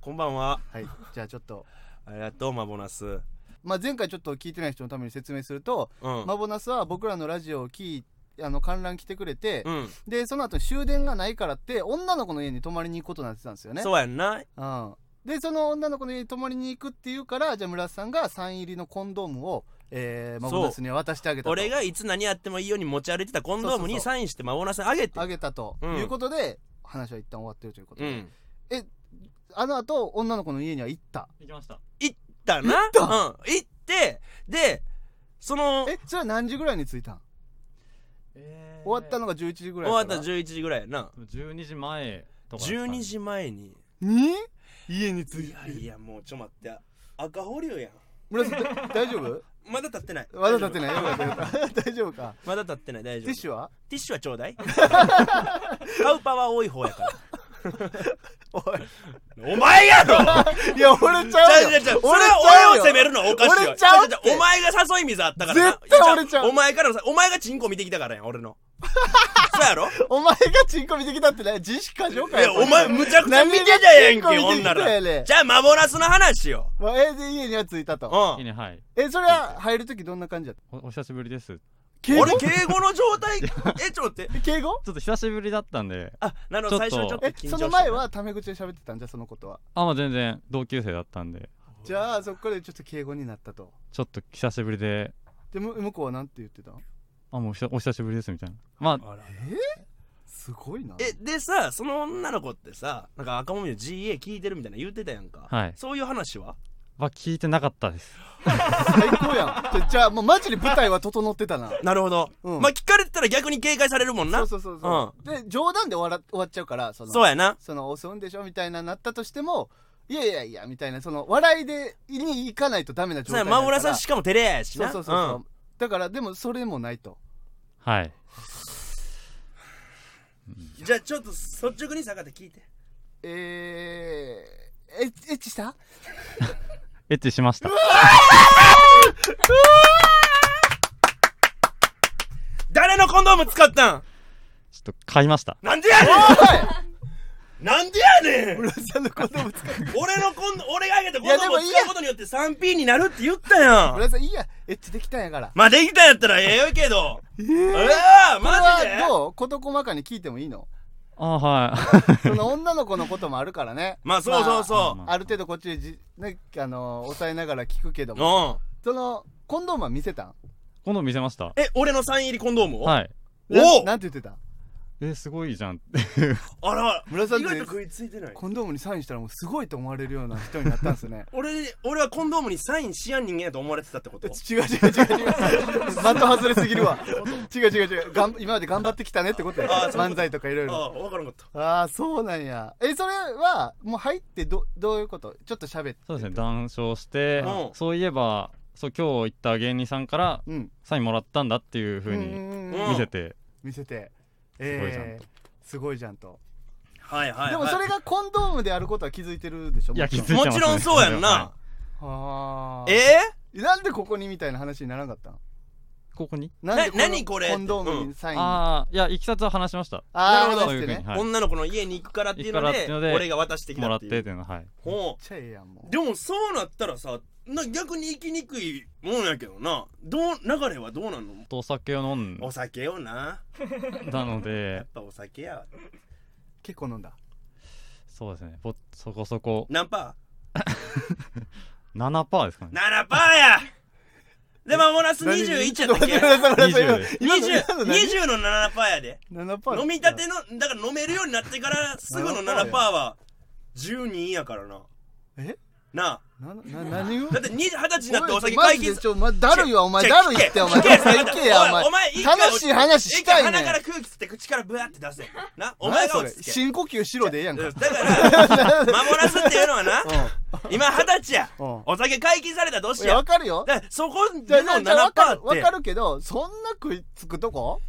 Speaker 2: こんばんは。
Speaker 1: はいじゃあちょっと、
Speaker 2: ありがとう、マボナス。うん。
Speaker 1: まあ、前回ちょっと聞いてない人のために説明すると、マボナスは僕らのラジオを聞いあの観覧来てくれて、
Speaker 2: うん。
Speaker 1: でその後終電がないからって女の子の家に泊まりに行くことになってたんですよね
Speaker 2: そうやんな。
Speaker 1: うん、でその女の子の家に泊まりに行くっていうからじゃあ村瀬さんがサイン入りのコンドームを、えー、マボナスに渡してあげたと
Speaker 2: 俺がいつ何やってもいいように持ち歩いてたコンドー
Speaker 1: そ
Speaker 2: ム
Speaker 1: うそうそ
Speaker 2: に
Speaker 1: う
Speaker 2: サインしてマボナスあげて
Speaker 1: あげたと、
Speaker 2: うん
Speaker 1: いうことで話は一旦終わってるということ
Speaker 2: う
Speaker 1: で、
Speaker 2: ん
Speaker 1: あの後女の子の家には行った
Speaker 4: 行きました。
Speaker 2: だなうん、行ってでその
Speaker 1: えそれは何時ぐらいに着いたん
Speaker 4: えー
Speaker 1: 終わったのが11時ぐらい
Speaker 2: 終わったら
Speaker 1: ら
Speaker 2: 11時ぐらいやな
Speaker 4: 12時前とかだったんで。
Speaker 2: 12時前に
Speaker 1: に家に着い
Speaker 2: いやいやもうちょっと待って赤保留やん
Speaker 1: 村瀬だ大丈夫
Speaker 2: まだ立ってない
Speaker 1: まだ立ってないいよかったよかった [laughs] 大丈夫か
Speaker 2: まだ立ってない大
Speaker 1: ティ
Speaker 2: 丈夫
Speaker 1: ッシュは
Speaker 2: ティッシュはちょう [laughs] だい買うパワー多い方やから
Speaker 1: お
Speaker 2: お前やろ
Speaker 1: いいや俺ち
Speaker 2: ちゃ
Speaker 1: ゃう
Speaker 2: うちゃ
Speaker 1: よ
Speaker 2: うちゃうそれ
Speaker 1: 俺
Speaker 2: は俺を責め
Speaker 1: る
Speaker 2: るのはおかしいよ
Speaker 1: 俺ちゃうって
Speaker 2: ちゃうちゃうお前が誘い水あったからな
Speaker 1: 絶対俺ちゃう
Speaker 2: お前からのさお前がチンコ見てきたからやん俺の [laughs] そうやろ
Speaker 1: お前がチンコ見てきたってね自主過剰か
Speaker 2: いや、
Speaker 1: よ
Speaker 2: お前、むちゃくちゃ見てたやんけ、ほんなら。じゃあ、マボナスの話よ。
Speaker 1: まあ、えで家には着いた
Speaker 2: う
Speaker 1: と。
Speaker 4: いい
Speaker 2: ん。
Speaker 4: ね、はい。
Speaker 1: え、それは入るときどんな感じだった
Speaker 4: おお久しぶりです。ち
Speaker 1: 敬
Speaker 2: 俺、敬語の状態、 [laughs] え、ちょっと待って。
Speaker 1: 敬語
Speaker 4: ょっと久しぶりだったんで、
Speaker 2: あ、なるほど、最
Speaker 4: ち
Speaker 2: 初
Speaker 4: ょっと
Speaker 2: ちょ
Speaker 1: え
Speaker 2: っと緊張して、
Speaker 1: その前はタメ口で喋ってたんじゃ、そのことは。
Speaker 4: あ、まあ全然同級生だったんで、
Speaker 1: じゃあ、そこでちょっと敬語になったと。
Speaker 4: ちょっと久しぶりで、
Speaker 1: で、む向こうはなんて言ってたの
Speaker 4: あ、もうひさお久しぶりですみたいな。まあ、
Speaker 2: あら
Speaker 1: すごいな。
Speaker 2: え、でさ、その女の子ってさ、なんか赤もみの GA 聞いてるみたいな言ってたやんか。
Speaker 4: はい
Speaker 2: そういう話は
Speaker 4: まあ聞いてなかったです。
Speaker 1: 最高やん。じゃじゃあ、もうマジで舞台は整ってたな。
Speaker 2: なるほど。
Speaker 1: うん
Speaker 2: まあ、聞かれてたら逆に警戒されるもんな。
Speaker 1: そ
Speaker 2: そう
Speaker 1: そうそうそう。で、冗談で終わら終わっちゃうから、その、
Speaker 2: うやな。
Speaker 1: その、襲うんでしょみたいななったとしても、いやいやいや、みたいな、その、笑いで、に行かないとダメな状
Speaker 2: そう
Speaker 1: 態
Speaker 2: や、
Speaker 1: になる
Speaker 2: マ
Speaker 1: から。
Speaker 2: ボナスはしかも照れやし
Speaker 1: そう
Speaker 2: な。
Speaker 1: そうそうそう。
Speaker 2: ん
Speaker 1: だから、でも、それもないと。
Speaker 4: はい。
Speaker 2: じゃあ、ちょっと率直に下がって聞いて。
Speaker 1: えー、エッエッチした
Speaker 4: エッチしました。
Speaker 2: 誰のコンドーム使ったん
Speaker 4: ちょっと買いました。
Speaker 2: なんでやね
Speaker 1: お
Speaker 2: んなんでやねん
Speaker 1: いさんの子供使
Speaker 2: [laughs]
Speaker 1: って
Speaker 2: 俺の今度、俺があげた
Speaker 1: い
Speaker 2: 今
Speaker 1: やで
Speaker 2: 度
Speaker 1: も
Speaker 2: も
Speaker 1: いいや
Speaker 2: 使うことによって 3P になるって言ったやん。
Speaker 1: 村井さんいいやエッチできたんやから
Speaker 2: まあ、できたんやったらええよけど。えー、
Speaker 1: これ
Speaker 2: マジで
Speaker 1: はどう事細かに聞いてもいいの
Speaker 4: あ、はい。 [laughs]
Speaker 1: その女の子のこともあるからね
Speaker 2: [laughs] まあ、そうそうそ
Speaker 4: ま
Speaker 1: ある程度こっちでじ、ね、あのー抑えながら聞くけど
Speaker 2: う。
Speaker 1: も
Speaker 2: うん。
Speaker 1: そのコンドームは見せたん
Speaker 4: 今度見せました。
Speaker 2: え、俺のサイン入りコンドームを
Speaker 4: はい。
Speaker 1: な
Speaker 2: お
Speaker 1: なんて言ってた
Speaker 4: え、すごいじゃん。
Speaker 2: あら、
Speaker 1: 村さん
Speaker 2: 意外と
Speaker 1: って
Speaker 2: 食いついてない。
Speaker 1: コンドームにサインしたらもうすごいと思われるような人になったんですね
Speaker 2: 俺、俺はコンドームにサインしやん人間やと思われてたってこと
Speaker 1: 違う違う違う違う的外れすぎるわ違う違う違うがん今まで頑張ってきたねってことや
Speaker 2: あーそういうこと
Speaker 1: 漫才とかいろい
Speaker 2: あ
Speaker 1: ろ
Speaker 2: あ、わからんかった。
Speaker 1: ああそうなんやえそれはもう入ってどどういうことちょっと喋って
Speaker 4: そうですね、談笑して
Speaker 2: うん、
Speaker 4: そういえば、そう、今日行った芸人さんから
Speaker 1: うん
Speaker 4: サインもらったんだっていうふう
Speaker 1: うん
Speaker 4: に
Speaker 1: うんうん
Speaker 2: うん
Speaker 4: 見せて、
Speaker 1: 見せて
Speaker 4: ごいじゃん
Speaker 1: え
Speaker 4: と
Speaker 1: ーすごいじゃんと
Speaker 2: はいはい、はい。
Speaker 1: でもそれがコンドームであることは気づいてるでしょ
Speaker 4: いや
Speaker 1: もちろん
Speaker 4: 気づいてますね
Speaker 2: もちろんそうやんな。
Speaker 1: あー
Speaker 2: え
Speaker 1: なんでここにみたいな話にならなかったの
Speaker 4: ここに
Speaker 1: なんでこの
Speaker 2: 何これ
Speaker 1: コンドームにサイン、あ
Speaker 4: ああいやいきさつは話しました
Speaker 1: あ
Speaker 2: なるほど
Speaker 1: 話してね
Speaker 4: そういうふうに
Speaker 2: ー
Speaker 4: はい
Speaker 2: 女の子の家に行くからっていうの
Speaker 4: 行くからっ
Speaker 2: で
Speaker 4: ていうので
Speaker 2: 俺が渡してき
Speaker 4: も
Speaker 2: た
Speaker 4: ら
Speaker 2: っ
Speaker 4: ってて
Speaker 2: い
Speaker 4: っ
Speaker 2: う
Speaker 4: ていうのははい
Speaker 2: ほ
Speaker 1: めっちゃええやんも
Speaker 2: うでもそうなったらさな逆に行きにくいもんやけどなどう流れはどうなんの
Speaker 4: とお酒を飲ん
Speaker 2: お酒よな
Speaker 4: だの
Speaker 2: や
Speaker 4: で
Speaker 2: っぱお酒や
Speaker 1: う結構飲んだ
Speaker 4: そうですねぼそこそこ
Speaker 2: 何パ
Speaker 4: 7%ですか
Speaker 2: ー
Speaker 4: ね
Speaker 2: ?7 パーやでマモラス21やったっけ
Speaker 1: 20
Speaker 2: 20, 20の7パーやで
Speaker 1: 20
Speaker 2: 飲みたてのだから飲めるようになってからすぐの7
Speaker 1: 7%
Speaker 2: パーは12やからな
Speaker 1: え
Speaker 2: な
Speaker 1: な
Speaker 2: あ
Speaker 1: な何を
Speaker 2: だって20二十歳になってお酒
Speaker 1: マ
Speaker 2: 解
Speaker 1: ジで
Speaker 2: 禁
Speaker 1: ちょ、ま、だるいわ、お前、だるいって、お前、
Speaker 2: 聞
Speaker 1: お
Speaker 2: け
Speaker 1: 前、行けや、お前。
Speaker 2: お前一回
Speaker 1: 楽しい話
Speaker 2: 一
Speaker 1: した
Speaker 2: 回
Speaker 1: いね
Speaker 2: 鼻から
Speaker 1: ん。
Speaker 2: 空気吸って口からブワーって出せなお
Speaker 1: お前
Speaker 2: 前が
Speaker 1: そ
Speaker 2: 落
Speaker 1: れ、
Speaker 2: ち着け
Speaker 1: 深呼吸しろでええやんか。 [laughs]
Speaker 2: う
Speaker 1: うん
Speaker 2: だから守らすっていうのはな今二十歳や
Speaker 1: ん。
Speaker 2: お酒解禁されたらどう
Speaker 1: うん。
Speaker 2: し
Speaker 1: いや、
Speaker 2: や
Speaker 1: わかるよ。
Speaker 2: だからそこ
Speaker 1: じゃ
Speaker 2: で
Speaker 1: あ、
Speaker 2: の
Speaker 1: じゃあじゃあわ
Speaker 2: 7パ
Speaker 1: かる、わ
Speaker 2: ー
Speaker 1: か
Speaker 2: って
Speaker 1: るけど、そんな食いつくとこ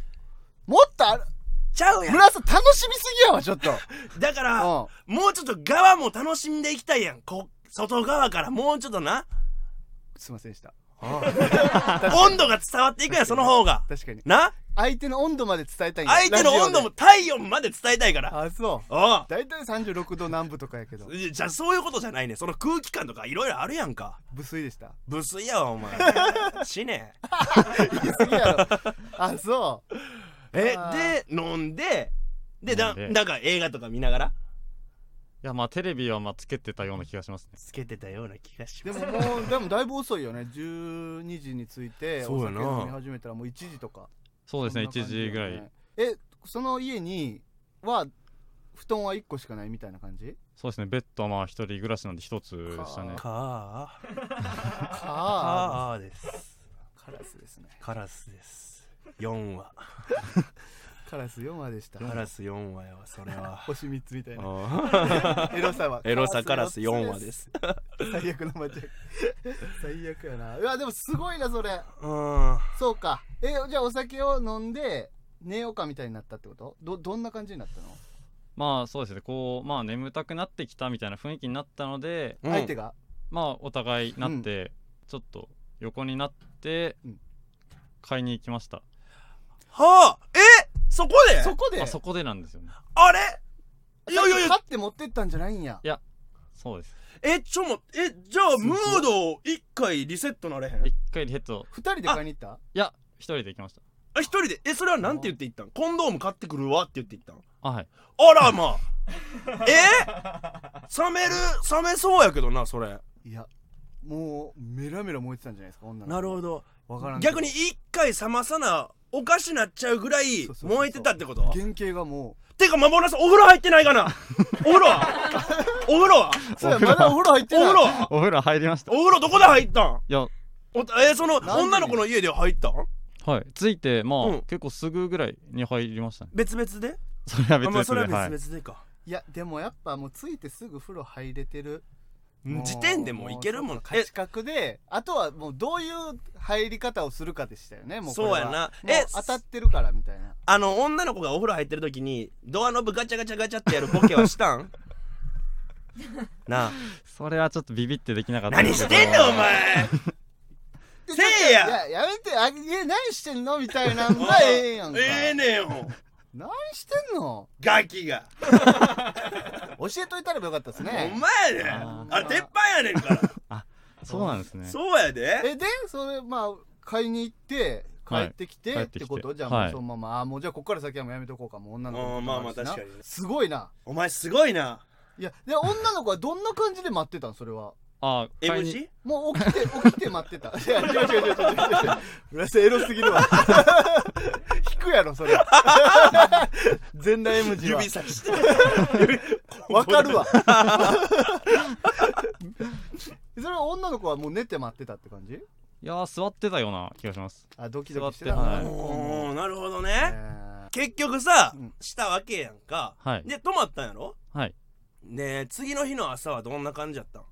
Speaker 1: もっとある、
Speaker 2: ちゃうやん
Speaker 1: 村瀬楽しみすぎやわ、ちょっと。
Speaker 2: だからも
Speaker 1: う。
Speaker 2: うちょっと側も楽しんでいきたいやんこ外側からもうちょっとなん
Speaker 1: すいませんでした。
Speaker 2: 温度が伝わっていくやんその方が
Speaker 1: 確かに。
Speaker 2: な
Speaker 1: 相手の温度まで伝えたいんや
Speaker 2: 相手の温度。
Speaker 1: ラジオ
Speaker 2: も
Speaker 1: で
Speaker 2: 体温まで伝えたいから
Speaker 1: あ、そう。
Speaker 2: お
Speaker 1: 大体36度南部とかやけど [laughs]
Speaker 2: う、じゃあそういうことじゃないねその空気感とかいろいろあるやんか
Speaker 1: 無水でした。
Speaker 2: 無粋やわお
Speaker 1: [laughs]
Speaker 2: 前死ね
Speaker 1: 言い過ぎやろ。あ、そう。
Speaker 2: え
Speaker 1: あ
Speaker 2: で飲んででだ
Speaker 4: 飲んで
Speaker 2: なんか映画とか見ながら
Speaker 4: いやまあテレビはまあつけてたような気がしますね
Speaker 2: つけてたような気がし
Speaker 1: で
Speaker 2: ます
Speaker 1: ももう、でもだいぶ遅いよね。12時に着いて、
Speaker 2: そう
Speaker 1: お
Speaker 2: や
Speaker 1: 酒
Speaker 2: な
Speaker 1: 飲み始めたらもう1時とか。
Speaker 4: そうですね
Speaker 1: そんな
Speaker 4: 1
Speaker 1: 感じだよ
Speaker 4: 時
Speaker 1: ね
Speaker 4: ぐらい。
Speaker 1: え、その家には、布団は1個しかないみたいな感じ
Speaker 4: そうですねベッドはまあ一人暮らしなんで一つでしたね
Speaker 1: か
Speaker 2: カー
Speaker 1: か
Speaker 2: カーです
Speaker 1: カラスですね。
Speaker 2: カラスです4話
Speaker 1: カラス4話でした。
Speaker 2: カラス4話やわそれは
Speaker 1: 星3つみたいな。
Speaker 2: [laughs] あー
Speaker 1: [laughs] エロさは。。
Speaker 2: エロサカラス4話ですす
Speaker 1: 最悪の間違
Speaker 2: [laughs]
Speaker 1: い。最悪やな。うわ、でもすごいな、それ。
Speaker 2: うん
Speaker 1: そうか。え、じゃあお酒を飲んで、寝ようかみたいになったってことど、どんな感じになったの、
Speaker 4: まあそうですねこうまあ眠たくなってきたみたいな雰囲気になったので
Speaker 1: 相手が。
Speaker 4: まあお互いなって、ちょっと横になって、
Speaker 1: うん
Speaker 4: 買いに行きました
Speaker 2: はあえそこで
Speaker 1: そこで、
Speaker 4: あそこでなんですよね
Speaker 2: あれい
Speaker 1: い
Speaker 2: やいやいや
Speaker 1: 勝って持ってったんじゃないんや。
Speaker 4: そうです
Speaker 2: えちょもえじゃあムードを一回リセットなれへん
Speaker 4: 一回ヘッド
Speaker 1: 二人で買いに行った
Speaker 4: いや一人で行きました
Speaker 2: あ一人でえそれはなんて言っていったんコンドーム買ってくるわって言っていったん
Speaker 4: あはい
Speaker 2: あら [laughs] まあえ冷める冷めそうやけどなそれ
Speaker 1: いや、もう、メラメラ燃えてたんじゃないですか、女の子。ど。
Speaker 2: ど
Speaker 1: わからんけど
Speaker 2: 逆に一回冷まさなおかしなっちゃうぐら
Speaker 1: そ
Speaker 2: い
Speaker 1: うそうそうそう
Speaker 2: 燃えてたってこと
Speaker 1: 原型がも
Speaker 2: てかまもなさんお風呂入ってないかな
Speaker 1: [laughs]
Speaker 2: お風呂はお風呂は
Speaker 1: う。そうや、まだお風呂入っ
Speaker 2: お
Speaker 1: てない。
Speaker 2: 風呂は
Speaker 4: お風呂入りましたい
Speaker 2: お風呂どこで入ったん
Speaker 4: や
Speaker 2: おたえその
Speaker 1: んで
Speaker 2: 女の子の家で入ったん
Speaker 4: はい着いてまあ、
Speaker 2: うん
Speaker 4: 結構すぐぐらいに入りましたね
Speaker 2: 別々で
Speaker 4: [laughs] それは
Speaker 2: あ
Speaker 4: 別
Speaker 2: まあ
Speaker 4: 々
Speaker 2: そ
Speaker 4: で、
Speaker 2: れは
Speaker 4: はい、
Speaker 2: 別々でか
Speaker 1: いや、でもやっぱもうついてすぐ風呂入れてる。う
Speaker 2: 時点でもういけるもん
Speaker 1: うそう
Speaker 2: え
Speaker 1: 価値観で、あとはもうどういう入り方をするかでしたよね、もうこれは。
Speaker 2: そうやな
Speaker 1: もう
Speaker 2: え
Speaker 1: 当たってるからみたいな。
Speaker 2: あの女の子がお風呂入ってる時にドアノブガチャガチャガチャってやるボケはした
Speaker 1: [laughs]
Speaker 2: んなあ
Speaker 4: それはちょっとビビってできなかった
Speaker 2: 何
Speaker 4: です
Speaker 2: し
Speaker 4: けど
Speaker 2: てんねん
Speaker 1: [laughs]
Speaker 2: お前
Speaker 1: で
Speaker 2: せいや
Speaker 1: ちょっといや、やめて、あ、え、何してんのみたいなんはええやんか。
Speaker 2: [laughs] ええねんよ
Speaker 1: 何してんの
Speaker 2: ガキが
Speaker 1: 教えといたればよかったです
Speaker 2: [laughs] お前
Speaker 1: ね。
Speaker 2: やで
Speaker 4: あ
Speaker 1: ー
Speaker 2: あれ鉄板やねんから
Speaker 4: そうなんですね
Speaker 2: そうやで
Speaker 1: え、で、それ、まあ、買いに行って、帰
Speaker 4: はい
Speaker 1: ってきて、
Speaker 4: 帰
Speaker 1: っ
Speaker 4: ってき
Speaker 1: て
Speaker 4: て
Speaker 1: ことじゃあ、
Speaker 4: はい
Speaker 1: もうそのまま、あ、もうじゃあ、こっから先はもうやめとこうか、もう女の子の
Speaker 2: う
Speaker 1: こ
Speaker 2: ん
Speaker 1: と
Speaker 2: ま
Speaker 1: も
Speaker 2: あ
Speaker 1: る
Speaker 2: ま
Speaker 1: しな
Speaker 2: あ確かにね
Speaker 1: すごいな。
Speaker 2: お前すごいない
Speaker 1: や、で、女の子はどんな感じで待ってたんそれは。
Speaker 4: あ買い
Speaker 2: M
Speaker 4: に
Speaker 2: 字
Speaker 1: もう起きて、起きて待って [laughs] た。いや、違う違う違う違う違う。村瀬エロすぎるわ。 [laughs] 引くやろ、それ。全裸 M 字は
Speaker 2: 指。さして
Speaker 1: わかるわ。 [laughs] それは女の子はもう寝て待ってたって感じ
Speaker 4: いやー座ってたような気がします
Speaker 1: あ、ドキドキしてた
Speaker 4: 座っては
Speaker 1: な。
Speaker 4: い
Speaker 2: おーなるほど
Speaker 1: え
Speaker 2: ね
Speaker 1: ー
Speaker 2: 結局さ
Speaker 1: うん
Speaker 2: したわけやんか
Speaker 4: はい
Speaker 2: で泊まったんやろ
Speaker 4: はい
Speaker 2: ねえ次の日の朝はどんな感じやったん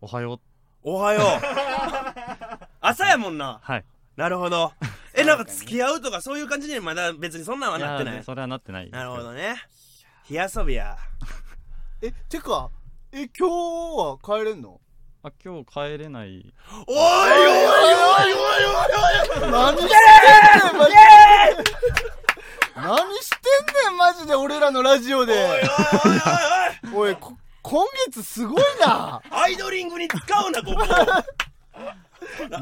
Speaker 4: おはよう
Speaker 2: おはよう朝やもんな
Speaker 4: はい
Speaker 2: なるほどえなんか付き合うとかそういう感じにまだ別にそんなんはなってない
Speaker 4: やそれはなってないですけ
Speaker 2: な
Speaker 4: ど
Speaker 2: るほどね。火遊びや。
Speaker 1: え、てか、え、今日は帰れんの
Speaker 4: あ、今日帰れない。
Speaker 2: おいおいおいおいおいおいお
Speaker 1: 何してんね
Speaker 2: い
Speaker 1: んマジで [laughs] 何してんねんマジで俺らのラジオで
Speaker 2: おいおいおいおい
Speaker 1: おいこ今月すごい
Speaker 2: [laughs]
Speaker 1: な
Speaker 2: アイドリングに使うな、ここ。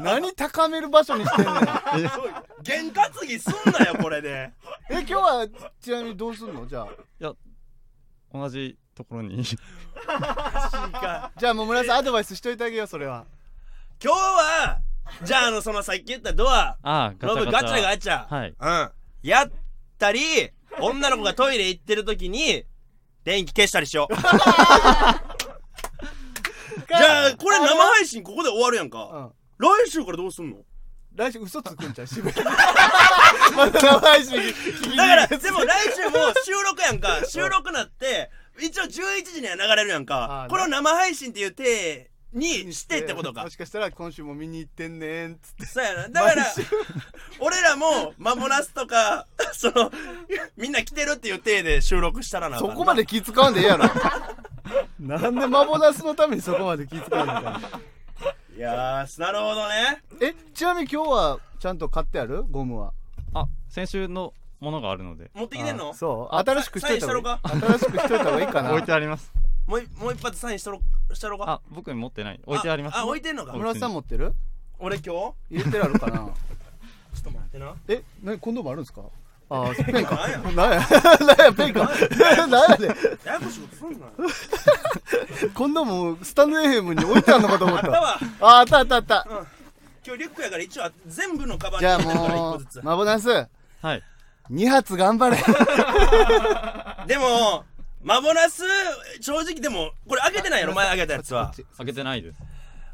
Speaker 1: 何高める場所にしてんねん
Speaker 2: 験担ぎすんなよ、これで。
Speaker 1: え今日はちなみにどうすんのじゃあ
Speaker 4: 同じところ [laughs] に。
Speaker 2: 今
Speaker 1: じゃあもう村さんアドバイスしといてあげようそれは
Speaker 2: 日は、じゃあ、あの、そのさっき言ったドア、
Speaker 4: ああ、ガ
Speaker 2: ノ
Speaker 4: チャ
Speaker 2: ブ
Speaker 4: ガチャ。
Speaker 2: ガチャガチャ。
Speaker 4: はい。
Speaker 2: うん。やったり、女の子がトイレ行ってる時に、電気消したりしよう。じゃあ、これ生配信ここで終わるやん
Speaker 1: う
Speaker 2: か。
Speaker 1: ん
Speaker 2: 来週からどうすんの
Speaker 1: 来週嘘つくんちゃう渋谷にまた生配信聞きに行く
Speaker 2: だから、でも来週も収録やんか。収録なって、一応11時には流れるやん
Speaker 1: あ
Speaker 2: か
Speaker 1: ー。
Speaker 2: これを生配信っていう体にしてってことか
Speaker 1: も。しかしたら今週も見に行ってんねんっつって
Speaker 2: そうやな。だから、俺らも、守らすとか、 [laughs] その、みんな来てるっていう体で収録したらなあか
Speaker 1: そ
Speaker 2: んな。
Speaker 1: こまで気使わんでええやろなんでマボナスのためにそこまで気使うんだ
Speaker 2: いやー、なるほどね。
Speaker 1: えちなみに今日はちゃんと買ってあるゴムは
Speaker 4: あ、先週のものがあるので。
Speaker 2: 持ってきてんの
Speaker 1: あそう新しくしといた方が
Speaker 2: サ
Speaker 1: いい新しくしといた方がいいかな
Speaker 4: 置いてあります。
Speaker 2: もういもう一発サインしとろ、しとろうか。
Speaker 4: あ、僕持ってない。置いてあります。
Speaker 2: あ、置いてんの
Speaker 4: うん
Speaker 2: か。
Speaker 1: 村瀬さん持ってる
Speaker 2: 俺今日ちょ
Speaker 1: 入れてあるかな
Speaker 2: [laughs] っと待
Speaker 1: [laughs]
Speaker 2: ってな。
Speaker 1: えなに今度もあるんですか
Speaker 4: [laughs]
Speaker 1: あーペンか
Speaker 2: なんや
Speaker 1: なんや [laughs] なんやペンかなんやね
Speaker 2: ややこしいことすんなよ。
Speaker 1: 今度もスタンド FM に置いてあるのかと思っ
Speaker 2: あった
Speaker 1: た
Speaker 2: わ。
Speaker 1: ああったあったあった
Speaker 2: 今日リュックやから一応全部のカバン
Speaker 1: じ
Speaker 2: に
Speaker 1: ゃあ
Speaker 2: 入れてるから一個
Speaker 1: も
Speaker 2: ずつ
Speaker 1: うマボナス
Speaker 4: はい。
Speaker 1: 2発頑張れ
Speaker 2: でもマボナス正直でもこれ開けてないやろ前開けたやつは
Speaker 4: 開けてないです。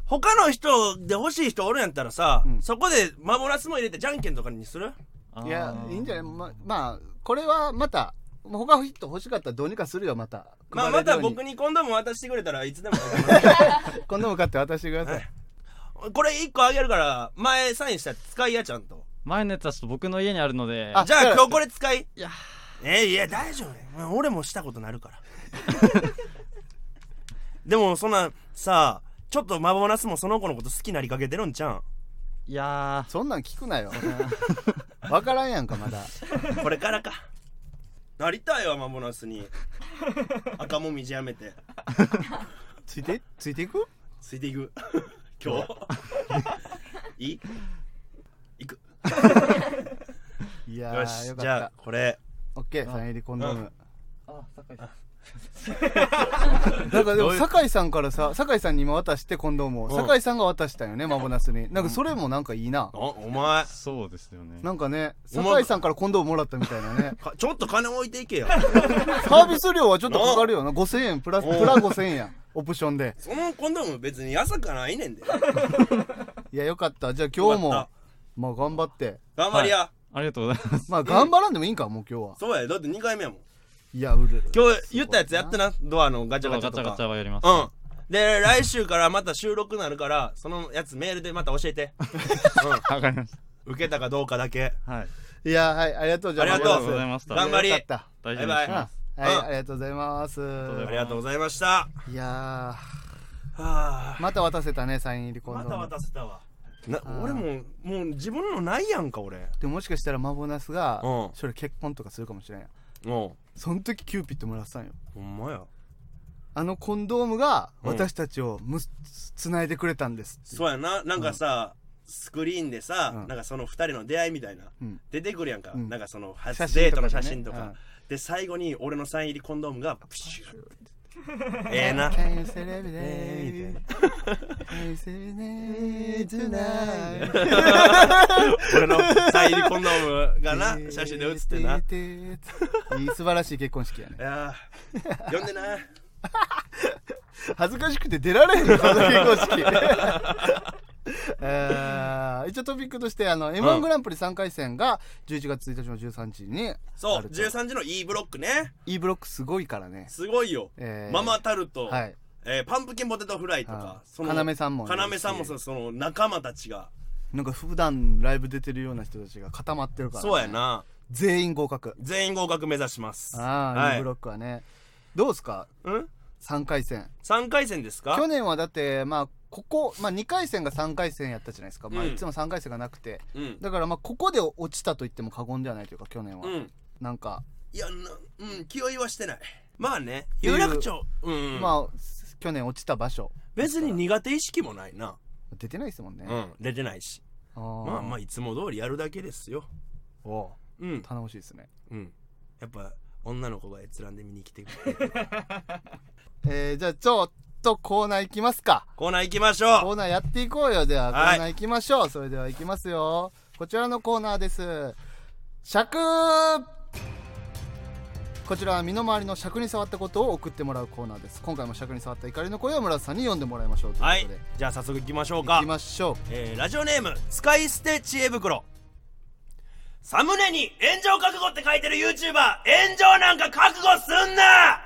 Speaker 2: 他の人で欲しい人おるんやったらさ、
Speaker 1: うん
Speaker 2: そこでマボナスも入れてじゃんけんとかにする
Speaker 4: あー
Speaker 1: いやいいんじゃないままあこれはまた他の人欲しかったらどうにかするよまた
Speaker 2: まあ
Speaker 1: 配
Speaker 2: ま
Speaker 1: れるよ
Speaker 2: た
Speaker 1: うに
Speaker 2: 僕に今度も渡してくれたらいつでも開け
Speaker 1: [laughs]
Speaker 2: ます
Speaker 1: 今度も買って渡してください
Speaker 2: これ1個あげるから前サインしたら使いやちゃんと
Speaker 4: 前のやつはちょっと僕の家にあるので。
Speaker 1: あ
Speaker 2: じゃあ
Speaker 1: そうや
Speaker 2: 今日これ使い
Speaker 4: いや
Speaker 2: えいや大丈夫や俺もしたことなるから [laughs] でもそんなさちょっとマボナスもその子のこと好きになりかけてるんちゃうん
Speaker 4: いや
Speaker 1: そんなん聞く
Speaker 2: [laughs]
Speaker 1: なよ。わからんやんか、まだ。
Speaker 2: これからかなりたいわマボナスに赤もみじやめて
Speaker 1: ついて、ついていく
Speaker 2: ついていく今日いい行く
Speaker 1: いや
Speaker 2: よ
Speaker 1: ー、
Speaker 2: し
Speaker 1: よ
Speaker 2: じ
Speaker 1: かっ
Speaker 2: ゃあ
Speaker 1: た。
Speaker 2: これ
Speaker 1: オッケー、サイン入りコンドーム。
Speaker 4: ー。あ、酒井さん。
Speaker 1: なんかで
Speaker 2: ど [laughs]
Speaker 1: も、
Speaker 2: ういう
Speaker 1: 酒井さんからさ、酒井さんに今渡してコンドームを、
Speaker 2: うん
Speaker 1: 酒井さんが渡したよね、マボナスに。なんかそれもなんかいいな
Speaker 2: あ。お前
Speaker 4: そうですよね。
Speaker 1: なんかね、
Speaker 2: お前
Speaker 1: 酒井さんからコンドームもらったみたいなね。
Speaker 2: かちょっと金置いていけ
Speaker 1: [laughs]
Speaker 2: よ
Speaker 1: サービス料はちょっとかかるよな。5000円、プラス、
Speaker 2: うん
Speaker 1: プラ5000円や。オプションで。
Speaker 2: そのコンドーム別に安くはないねんで
Speaker 1: いや、よかった。じゃあ今日
Speaker 2: よかっ
Speaker 1: も、まあ頑張って。
Speaker 2: 頑張りや、
Speaker 4: ありがとうございます。
Speaker 1: まあ頑張らんでもいいんか、もう今日は。
Speaker 2: そうやだって2回目やもん
Speaker 1: いや、うる。
Speaker 2: 今日言ったやつやってなドアのガチャガチャ
Speaker 4: ガ
Speaker 2: と
Speaker 4: チャガチャ
Speaker 2: か
Speaker 4: はやります。
Speaker 2: うんで来週からまた収録になるからそのやつメールでまた教えて、
Speaker 4: わかりまし
Speaker 2: うん、受けたかどうかだけ
Speaker 4: た。はい。
Speaker 1: いや、はい、ありがとう。じゃ
Speaker 2: ありがと
Speaker 1: マ
Speaker 2: う
Speaker 1: ボナス
Speaker 4: ございました
Speaker 2: 頑張り
Speaker 1: よかった。
Speaker 4: 大丈夫
Speaker 2: バ
Speaker 4: で
Speaker 2: イ
Speaker 4: す。
Speaker 2: バイ
Speaker 1: はい、
Speaker 2: うん
Speaker 1: ありがとうございます。
Speaker 2: ありがとうございましたはい
Speaker 1: や
Speaker 2: あ
Speaker 1: ー、また渡せたね、サイン入りコンド
Speaker 2: ま
Speaker 1: ーム。
Speaker 2: た渡せたわな
Speaker 1: あー
Speaker 2: 俺ももう自分のないやんか俺
Speaker 1: でももしかしたらマボナスが、
Speaker 2: うん
Speaker 1: それ結婚とかするかもしれんやん。
Speaker 2: おう
Speaker 1: その時キューピッドもらってたんよ。
Speaker 2: ほんまや
Speaker 1: あのコンドームが
Speaker 2: うん
Speaker 1: 私たちをむ、つないでくれたんですっていう
Speaker 2: そうやななんかさ、スクリーンでさ、
Speaker 1: うん
Speaker 2: なんかその二人の出会いみたいな、
Speaker 1: うん
Speaker 2: 出てくるやんか、
Speaker 1: うん
Speaker 2: なんかその初
Speaker 1: 写真とかね
Speaker 2: デートの写真とか
Speaker 1: うん
Speaker 2: で最後に俺のサイン入りコンドーム
Speaker 1: [laughs]
Speaker 2: がプシューええな
Speaker 1: Can you celebrate?
Speaker 2: え
Speaker 1: Can you celebrate tonight?
Speaker 2: 俺のサイン入りコンドームがな写真で写ってない
Speaker 1: いい素晴らしい結婚式やね。
Speaker 2: やー呼んでな
Speaker 1: 恥ずかしくて出られへんよ、その結
Speaker 2: [laughs]
Speaker 1: 婚式。 [laughs] えー一応トピックとしてあの m 1グランプリ3回戦が11月1日の13日に
Speaker 2: そ
Speaker 1: あ
Speaker 2: う
Speaker 1: ると
Speaker 2: 13時の E ブロックね
Speaker 1: E ブロックすごいからね、
Speaker 2: すごいよ、
Speaker 1: えー
Speaker 2: ママタルト、
Speaker 1: はい
Speaker 2: えーパンプキンポテトフライとか
Speaker 1: あ、ー
Speaker 2: その
Speaker 1: 要さんも
Speaker 2: 要さんもそうその仲間たちが、
Speaker 1: なんか普段ライブ出てるような人たちが固まってるから、ね、
Speaker 2: そうやな
Speaker 1: 全員合格。
Speaker 2: 全員合格目指します。
Speaker 1: ああ、
Speaker 2: はい
Speaker 1: E ブロックはね。どうですか
Speaker 2: うん
Speaker 1: 3回戦
Speaker 2: ?3 回戦ですか
Speaker 1: 去年はだってまあここ、まあ、2回戦が3回戦やったじゃないですか、まあ、
Speaker 2: うん
Speaker 1: いつも3回戦がなくて
Speaker 2: うん。
Speaker 1: だからまあここで落ちたと言っても過言ではないというか去年は、
Speaker 2: うん。
Speaker 1: なんか、
Speaker 2: いや、なうん、気負いはしてない。まあね、有楽町。うん。まあ、
Speaker 1: まあ去年落ちた場所
Speaker 2: 別に苦手意識もないな。
Speaker 1: 出てないですもんね、
Speaker 2: うん、出てないし。
Speaker 1: あー
Speaker 2: まあまあ、いつも通りやるだけですよ。
Speaker 1: おう
Speaker 2: うん。
Speaker 1: 頼もしいですね
Speaker 2: うん。やっぱ、女の子が閲覧で見に来てくれる。
Speaker 1: えー、じゃあちょっとコーナー行きますか
Speaker 2: コーナー行きま
Speaker 1: [laughs]
Speaker 2: しょ
Speaker 1: コーナーやっていこうよではコ
Speaker 2: はい
Speaker 1: ーナー行きましょう、それでは行きますよこちらのコーナーです尺こちらは身の回りの尺に触ったことを送ってもらうコーナーです今回も尺に触った怒りの声を村田さんに読んでもらいましょうという
Speaker 2: う。
Speaker 1: こ
Speaker 2: はい
Speaker 1: とで、。
Speaker 2: じゃあ早速行きましょう
Speaker 1: 行
Speaker 2: か
Speaker 1: き。ましょ
Speaker 2: えーラジオネーム使い捨て知恵袋サムネに炎上覚悟って書いてる YouTuber 炎上なんか覚悟すんな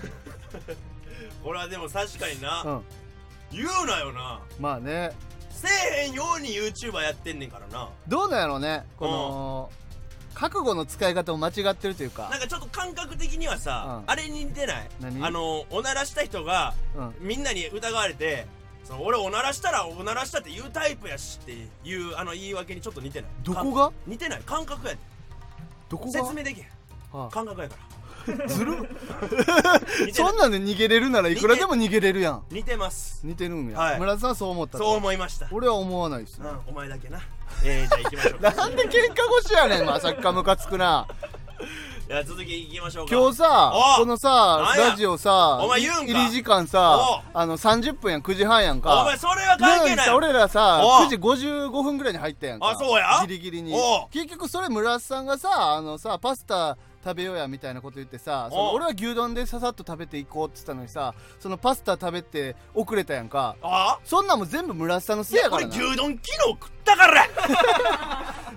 Speaker 2: [laughs] これはでも確かにな、
Speaker 1: ううん
Speaker 2: 言うなよな
Speaker 1: まあね
Speaker 2: せえへんように YouTuber やってんねんからな
Speaker 1: どうなんやろうねこの覚悟の使い方を間違ってるというか
Speaker 2: なんかちょっと感覚的にはさ、
Speaker 1: うん
Speaker 2: あれに似てない
Speaker 1: 何
Speaker 2: あのおならした人が
Speaker 1: うん
Speaker 2: みんなに疑われてその俺おならしたらおならしたって言うタイプやしっていうあの言い訳にちょっと似てない
Speaker 1: どこが
Speaker 2: か似てない感覚やで
Speaker 1: どこが
Speaker 2: 説明できへん
Speaker 1: は
Speaker 2: 感覚やから
Speaker 1: あず
Speaker 2: [laughs]
Speaker 1: る
Speaker 2: 似てな
Speaker 1: そんなんで逃げれるならいくらでも逃げれるやん
Speaker 2: 似てます
Speaker 1: 似てるんや、
Speaker 2: はい
Speaker 1: 村田さんはそう思ったと
Speaker 2: そう思いました
Speaker 1: 俺は思わないです
Speaker 2: う
Speaker 1: ね
Speaker 2: んお前だけ
Speaker 1: [laughs]
Speaker 2: なえー、じゃあ行きましょう [laughs] か
Speaker 1: なんで喧嘩腰やねんま
Speaker 2: [laughs]
Speaker 1: さっきかムカつくな
Speaker 2: じゃあ続き行きましょうか
Speaker 1: 今日さ
Speaker 2: お
Speaker 1: このさ
Speaker 2: なんや
Speaker 1: ラジオさ
Speaker 2: お前言うんか
Speaker 1: 入り時間さあの30分やん9時半やんか
Speaker 2: お前それは関係
Speaker 1: なのに
Speaker 2: ない
Speaker 1: さ俺らさ
Speaker 2: お
Speaker 1: 9時55分ぐらいに入ったやんか
Speaker 2: あそうや
Speaker 1: ギリギリに
Speaker 2: お
Speaker 1: 結局それ村瀬さんがさあのさパスタ食べようやみたいなこと言ってさその
Speaker 2: お
Speaker 1: 俺は牛丼でささっと食べていこうって言ったのにさそのパスタ食べて遅れたやんか
Speaker 2: あ
Speaker 1: そんなんも全部村瀬さんのせい
Speaker 2: い
Speaker 1: や
Speaker 2: や
Speaker 1: か
Speaker 2: こ
Speaker 1: ら
Speaker 2: れ
Speaker 1: な
Speaker 2: 牛丼昨日食っ
Speaker 1: [laughs]
Speaker 2: たからじ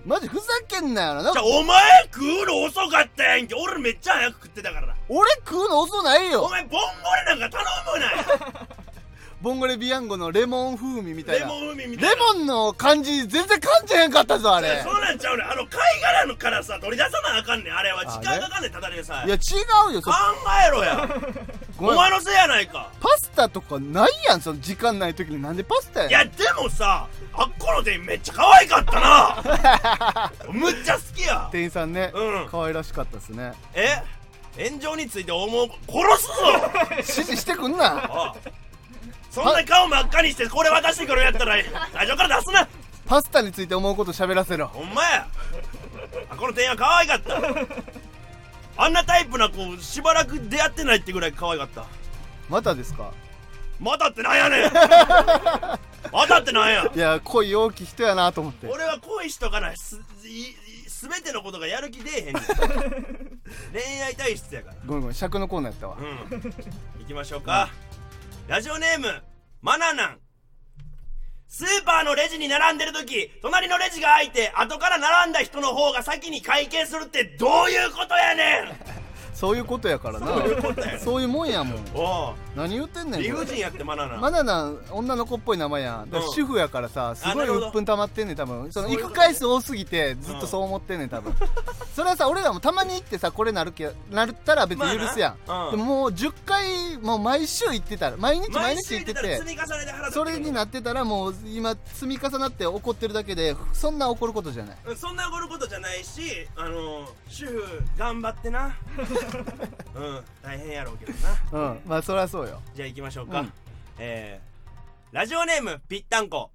Speaker 1: マジふざけんなよな
Speaker 2: ゃあお前食うの遅かったやんけ俺めっちゃ早く食ってた
Speaker 1: [laughs]
Speaker 2: から
Speaker 1: 俺食うの遅ないよ
Speaker 2: お前ボンゴレなんか
Speaker 1: [laughs]
Speaker 2: 頼む
Speaker 1: ボンゴレビアンゴのレモン風味みた
Speaker 2: ないレ
Speaker 1: な
Speaker 2: モン海みたい
Speaker 1: レ
Speaker 2: な
Speaker 1: モンの感じ全然感じへんかったぞあ
Speaker 2: いや
Speaker 1: れ
Speaker 2: そうなんちゃうねんあの貝殻のからさ取り出さなあかんねんあれは時間かかんねんただでさ
Speaker 1: い
Speaker 2: え
Speaker 1: や違うよそ
Speaker 2: 考えろや
Speaker 1: [laughs] ご
Speaker 2: お
Speaker 1: めん
Speaker 2: 前のせいやないか
Speaker 1: パスタとかないやんその時間ない時になんでパスタ
Speaker 2: い
Speaker 1: や
Speaker 2: やでもさあっこの店員めっちゃ可愛かったなむっちゃ好きや
Speaker 1: 店員さんね、
Speaker 2: うん
Speaker 1: 可愛らしかったですね
Speaker 2: え炎上について思う殺すぞ
Speaker 1: 指示してくんな
Speaker 2: ああそんな顔真っ赤にしてこれ渡してくるやったら最初から出すな
Speaker 1: パスタについて思うこと喋らせろ
Speaker 2: ほんまやあこの店員は可愛かったあんなタイプな子しばらく出会ってないってぐらい可愛かった
Speaker 1: またですか
Speaker 2: またってなんやねんまたってなんや
Speaker 1: いや恋多き人やなと思って
Speaker 2: 俺は恋しとかないすいい全てのことがやる気出えへんねん恋愛体質やから
Speaker 1: ごめんごめん尺のコーナーやったわ
Speaker 2: うん行きましょうか、ラジオネームマナナンスーパーのレジに並んでる時隣のレジが開いて後から並んだ人の方が先に会計するってどういうことやねん
Speaker 1: そういうことやからな
Speaker 2: そういうことやねん
Speaker 1: そういうもんやもん
Speaker 2: おう
Speaker 1: 何言ってんねん
Speaker 2: 理
Speaker 1: これ
Speaker 2: 不尽やってマナナン
Speaker 1: マナナ女の子っぽい名前やんだから
Speaker 2: うん
Speaker 1: 主婦やからさすご
Speaker 2: ないるほど
Speaker 1: 鬱憤溜まってんねん多分その
Speaker 2: そうい
Speaker 1: 行
Speaker 2: うこ
Speaker 1: く
Speaker 2: と
Speaker 1: 回数多すぎてずっとそう思ってんねん多分それはさ俺らもたまに行ってさこれなるけなったら別に許すやん、
Speaker 2: まあなうん
Speaker 1: でももう10回もう毎週行ってたら毎日毎
Speaker 2: 毎
Speaker 1: 日
Speaker 2: 週
Speaker 1: 行っ
Speaker 2: 言っ
Speaker 1: て
Speaker 2: てたら
Speaker 1: て
Speaker 2: 積み重ねで払
Speaker 1: それに
Speaker 2: な
Speaker 1: なってたらもう今積み重なって怒ってるだけでそんな怒ることじゃない
Speaker 2: そんな怒ることじゃないしあの主婦頑張って
Speaker 1: [laughs]
Speaker 2: なうん大変やろうけどな
Speaker 1: うんまあそりゃそうよ [laughs]
Speaker 2: じゃあ行きましょうか。
Speaker 1: うん
Speaker 2: えー、ラジオネーム、ぴったんこ。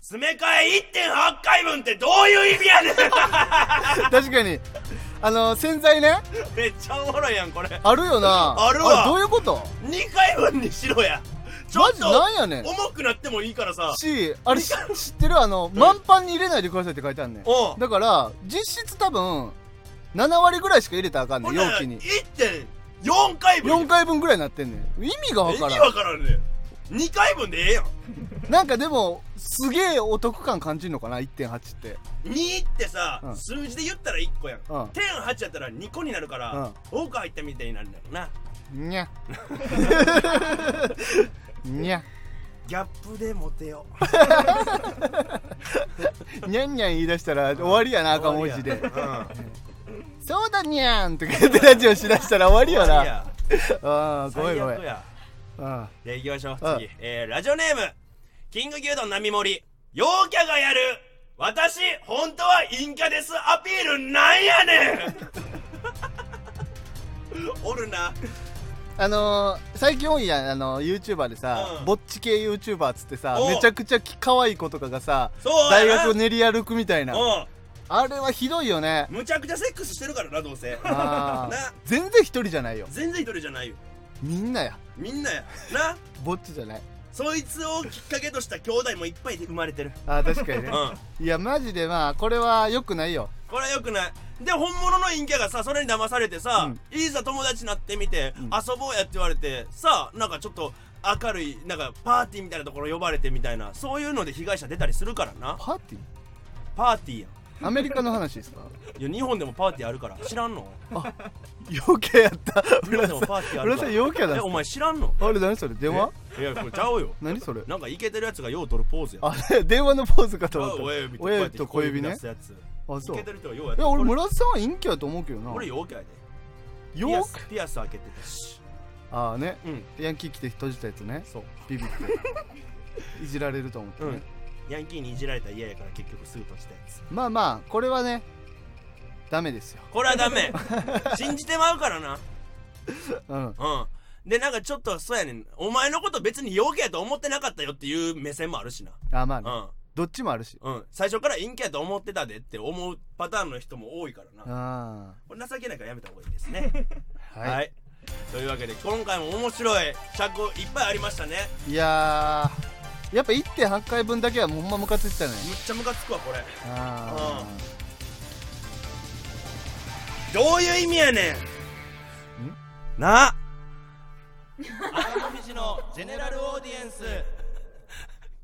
Speaker 2: 詰め替え1.8回分ってどういう意味や
Speaker 1: [laughs]
Speaker 2: ねん
Speaker 1: 確かにあの洗剤ね
Speaker 2: めっちゃおもろいやん、これ。
Speaker 1: あるよな
Speaker 2: あるわ
Speaker 1: どういうこと
Speaker 2: 2回分にしろや。ちょ
Speaker 1: マ
Speaker 2: っ
Speaker 1: ジ
Speaker 2: と
Speaker 1: なんやねん
Speaker 2: 重くなってもいいからさ。
Speaker 1: し、あれし知ってるあの、満パンに入れないでくださいって書いてあるねん
Speaker 2: おう
Speaker 1: だから、実質多分、7割ぐらいしか入れたらあかんね
Speaker 2: ほ
Speaker 1: ん、
Speaker 2: ん
Speaker 1: 容
Speaker 2: なら
Speaker 1: 器に。
Speaker 2: 1.4回分。
Speaker 1: 4回分ぐらいなってんねん。意味がわ
Speaker 2: 意
Speaker 1: か
Speaker 2: 味
Speaker 1: ら
Speaker 2: わからんねん。2回分でええやん。
Speaker 1: ん。なんかでも、すげえお得感感じるのかな、1.8って。
Speaker 2: 2ってさ、
Speaker 1: うん
Speaker 2: 数字で言ったら1個やん。
Speaker 1: うん
Speaker 2: 1.8やったら2個になるから、多く入ったみ [laughs] たいになるんだよな。
Speaker 1: にゃ。にゃ。
Speaker 3: ギャップでモテよう
Speaker 1: にゃんにゃん言い出したら終わりやな赤文字
Speaker 2: [laughs]
Speaker 1: で
Speaker 3: 終わりや
Speaker 1: 「そうだにゃん」とか言ってラジオしだしたら終わり
Speaker 2: い
Speaker 1: よ
Speaker 2: やい
Speaker 1: な
Speaker 2: や
Speaker 1: あーごめん
Speaker 2: 最
Speaker 1: ごめん
Speaker 2: 悪や
Speaker 1: あ
Speaker 2: じゃあ行きましょう
Speaker 1: うん
Speaker 2: 次、えー、ラジオネームキング牛丼並盛陽キャがやる私本当は陰キャですアピールなんやねん
Speaker 1: [laughs]
Speaker 2: おるな
Speaker 1: ーあのー最近多いやんあのー YouTuber でさ、
Speaker 2: うん
Speaker 1: ぼっち系 YouTuber っつってさ
Speaker 2: おう
Speaker 1: めちゃくちゃき可愛い子とかがさ
Speaker 2: そう
Speaker 1: 大
Speaker 2: やな
Speaker 1: 学を練り歩くみたいな
Speaker 2: うん
Speaker 1: あれはひどいよ
Speaker 2: [laughs]
Speaker 1: ね
Speaker 2: むちゃくちゃセックスしてるからなどうせ
Speaker 1: あー
Speaker 2: な
Speaker 1: 全然一人じゃないよ
Speaker 2: 全然一人じゃないよ
Speaker 1: みんなや
Speaker 2: みんなやな
Speaker 1: ぼっちじゃない
Speaker 2: そいつをきっかけとした兄弟もいっぱい生まれてる
Speaker 1: あー確かに
Speaker 2: う
Speaker 1: ね
Speaker 2: ん
Speaker 1: いやマジでまあこれは良くないよ
Speaker 2: これはよくないで本物の陰キャがさそれに騙されてさ、いざ友達になってみて、遊ぼうやって言われてさなんかちょっと明るいなんかパーティーみたいなところ呼ばれてみたいなそういうので被害者出たりするからな
Speaker 1: パーティ
Speaker 2: パーティーや
Speaker 1: ーアメリカの話ですか
Speaker 2: んいや日本でもパーティーあるから知らんの
Speaker 1: 余計やった
Speaker 2: 日本
Speaker 1: 村
Speaker 2: で
Speaker 1: さ
Speaker 2: も
Speaker 1: ん
Speaker 2: パ
Speaker 1: [laughs]
Speaker 2: ーティーある
Speaker 1: 村
Speaker 2: か
Speaker 1: さん
Speaker 2: ら
Speaker 1: 陽キャだ
Speaker 2: え
Speaker 1: っ
Speaker 2: お前知らんの
Speaker 1: たあれ何それ電話
Speaker 2: いやこれちゃうよ
Speaker 1: 何それ
Speaker 2: なんかイケてるやつがよう取るポーズや
Speaker 1: あれ電話のポーズかと思った
Speaker 2: 親指と
Speaker 1: 親指と小指ね
Speaker 2: 出すやつ
Speaker 1: あ
Speaker 2: イ
Speaker 1: そう
Speaker 2: ケてる人はようやっ
Speaker 1: い
Speaker 2: て
Speaker 1: や俺村さんは陰キャだと思うけどな
Speaker 2: 俺陽キャやで
Speaker 1: よ
Speaker 2: ピア
Speaker 1: く
Speaker 2: スピアス開けてたし
Speaker 1: ああね
Speaker 2: うん
Speaker 1: ヤンキー着て閉じたやつね
Speaker 2: そう
Speaker 1: ビビって [laughs] いじられると思ってね、
Speaker 2: ヤンキーにいじられたら嫌やから結局すぐ閉じたやつ
Speaker 1: まあまあこれはねダメですよ
Speaker 2: これはダ [laughs] メ信じてまうからな
Speaker 1: うん
Speaker 2: うんでなんかちょっとそうやねんお前のこと別に陽キャやと思ってなかったよっていう目線もあるしな
Speaker 1: あまあね
Speaker 2: う
Speaker 1: どっちもあるし
Speaker 2: んうん最初から陰キャやと思ってたでって思うパターンの人も多いからな
Speaker 1: あ
Speaker 2: これ情けないからやめた方がいいですね
Speaker 1: あ
Speaker 2: はい、
Speaker 1: はい
Speaker 2: というわけで今回も面白い尺いっぱいありましたね
Speaker 1: いやーやっぱ1.8回分だけはほんまムカついてたね
Speaker 2: むっちゃムカつくわこれ
Speaker 1: あ
Speaker 2: どういう意味やねんなあ赤富士のジェネラルオーディエンス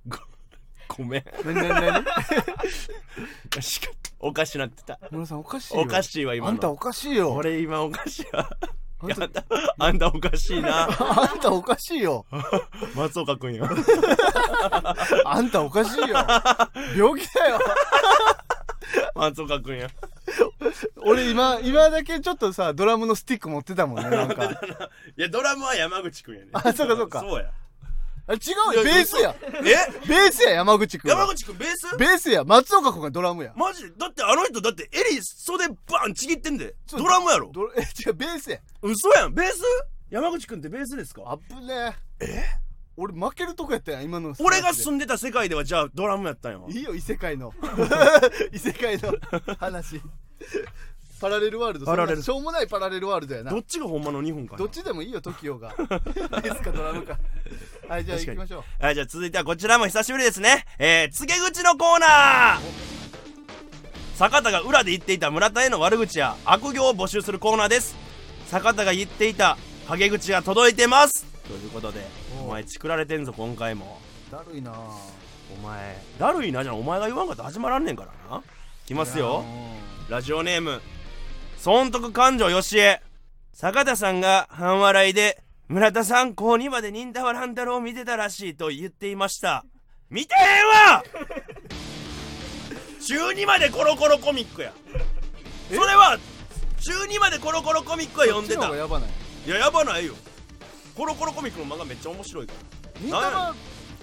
Speaker 2: ごごめん
Speaker 1: あ何何何
Speaker 2: おかしかったおかしなってた
Speaker 1: 村さんおかしいよ
Speaker 2: おかしいわ今の
Speaker 1: あんたおかしいよ
Speaker 2: 俺今おかしいわ
Speaker 1: あん
Speaker 2: いやあ
Speaker 1: た
Speaker 2: んたあんたおかしいな
Speaker 1: あんたおかしいよ
Speaker 2: 松岡君よ
Speaker 1: あんたおかしいよ病気だよ
Speaker 2: 松岡君よ
Speaker 1: 俺今今だけちょっとさドラムのスティック持ってたもんねなん
Speaker 2: [laughs]
Speaker 1: か
Speaker 2: いやドラムは山口君やね
Speaker 1: あそうかそうか
Speaker 2: そうや
Speaker 1: あ違うよベースや
Speaker 2: [laughs] え
Speaker 1: ベースや山口くんは
Speaker 2: 山口君ベース
Speaker 1: ベースや松岡くんがドラムや
Speaker 2: マジでだってあの人だって襟袖バンちぎってんで
Speaker 1: ちょ
Speaker 2: ドラムやろ
Speaker 1: どえ違うベースや
Speaker 2: 嘘やんベース山口君ってベースですか
Speaker 1: あっぶねえ俺負けるとこやったやん今の
Speaker 2: 俺が
Speaker 1: す
Speaker 2: 住んでた世界ではじゃあドラムやったんやわ
Speaker 1: いいよ異世界の異世界の
Speaker 2: [laughs]
Speaker 1: 話パラレルワールド
Speaker 2: パラレル
Speaker 1: そんなしょうもないパラレルワールドやな
Speaker 2: どっちがほんまの日本かな
Speaker 1: どっちでもいいよ TOKIO
Speaker 2: [laughs]
Speaker 1: がベースかドラムかはいじゃあ行
Speaker 2: 確か
Speaker 1: き
Speaker 2: に
Speaker 1: ましょう
Speaker 2: はいじゃあ続いてはこちらも久しぶりですねえー、告げ口のコーナー坂田が裏で言っていた村田への悪口や悪行を募集するコーナーです坂田が言っていた陰口が届いてますということで
Speaker 1: おう
Speaker 2: お前チクられてんぞ今回も
Speaker 1: だるいな
Speaker 2: お前だるいなじゃんお前が言わんかったら始まらんねんからなきますよラジオネーム損得勘定よしえ坂田さんが半笑いで村田さん高2まで忍たは乱太郎を見てたらしいと言っていました見てへん
Speaker 1: [laughs]
Speaker 2: わ中2までコロコロコミックやそれは中2までコロコロコミックは読んで
Speaker 1: こっちの方
Speaker 2: た
Speaker 1: がやばない
Speaker 2: いややばないよコロコロコミックの漫画めっちゃ面白いから
Speaker 1: 忍たま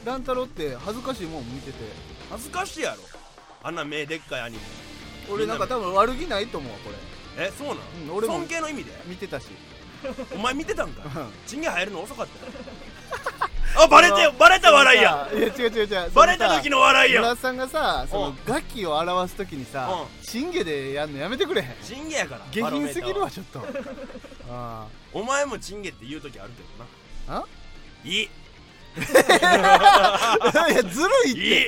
Speaker 1: 乱太郎って恥ずかしいもん見てて
Speaker 2: 恥ずかしいやろあんな目でっかいアニメ
Speaker 1: 俺なんか多分悪気ないと思うわこれ
Speaker 2: えそうなん、
Speaker 1: うん俺も
Speaker 2: 尊敬の意味で
Speaker 1: 見てたし
Speaker 2: お前見てたんかい
Speaker 1: うん
Speaker 2: チンゲ入るの遅かったよ [laughs] あバレてよバレた笑いや
Speaker 1: いや違う違う違う
Speaker 2: バレた時の笑いや
Speaker 1: 村さんがさそうの
Speaker 2: ん
Speaker 1: ガキを表す時にさ信玄でやんのやめてくれへん
Speaker 2: チンゲやから
Speaker 1: 下品すぎる
Speaker 2: バロ
Speaker 1: わ
Speaker 2: メーターは
Speaker 1: ちょっと
Speaker 2: [laughs]
Speaker 1: あ
Speaker 2: お前もチンゲって言う時あるけど
Speaker 1: あ
Speaker 2: ないい
Speaker 1: あ [laughs] いやずるい
Speaker 2: いい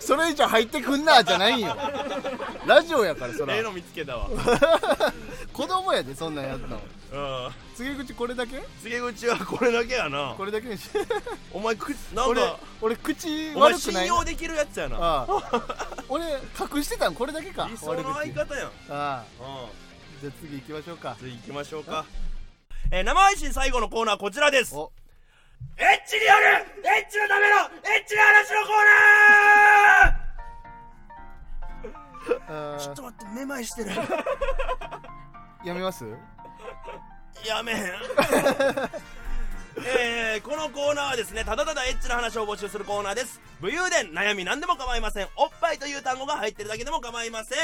Speaker 1: それ以上入ってくんなじゃないんよラジオやからそ
Speaker 2: ええ
Speaker 1: ら
Speaker 2: の見つけたわ
Speaker 1: 子供やでそんなんやったの
Speaker 2: うん
Speaker 1: 告げ口これだけ
Speaker 2: 告げ口はこれだけやな
Speaker 1: これだけにし
Speaker 2: お前くなん
Speaker 1: 俺
Speaker 2: か
Speaker 1: 俺口
Speaker 2: お前
Speaker 1: 悪くな
Speaker 2: 信
Speaker 1: い
Speaker 2: 用できるやつやな
Speaker 1: ああ俺隠してたんこれだけか
Speaker 2: 理想の
Speaker 1: 悪
Speaker 2: 相
Speaker 1: 口
Speaker 2: 方やんうん
Speaker 1: ああじゃあ次行きましょうか
Speaker 2: 次行きましょうかえー生配信最後のコーナーはこちらです
Speaker 1: お
Speaker 2: エッチによるエッチのためのエッチな話のコ
Speaker 1: あ
Speaker 2: ーナーちょっと待って、めまいしてる。
Speaker 1: ーやめます
Speaker 2: やめへん。
Speaker 1: [laughs]
Speaker 2: えー、このコーナーはですねただただエッチな話を募集するコーナーです武勇伝悩み何でも構いませんおっぱいという単語が入ってるだけでも構いません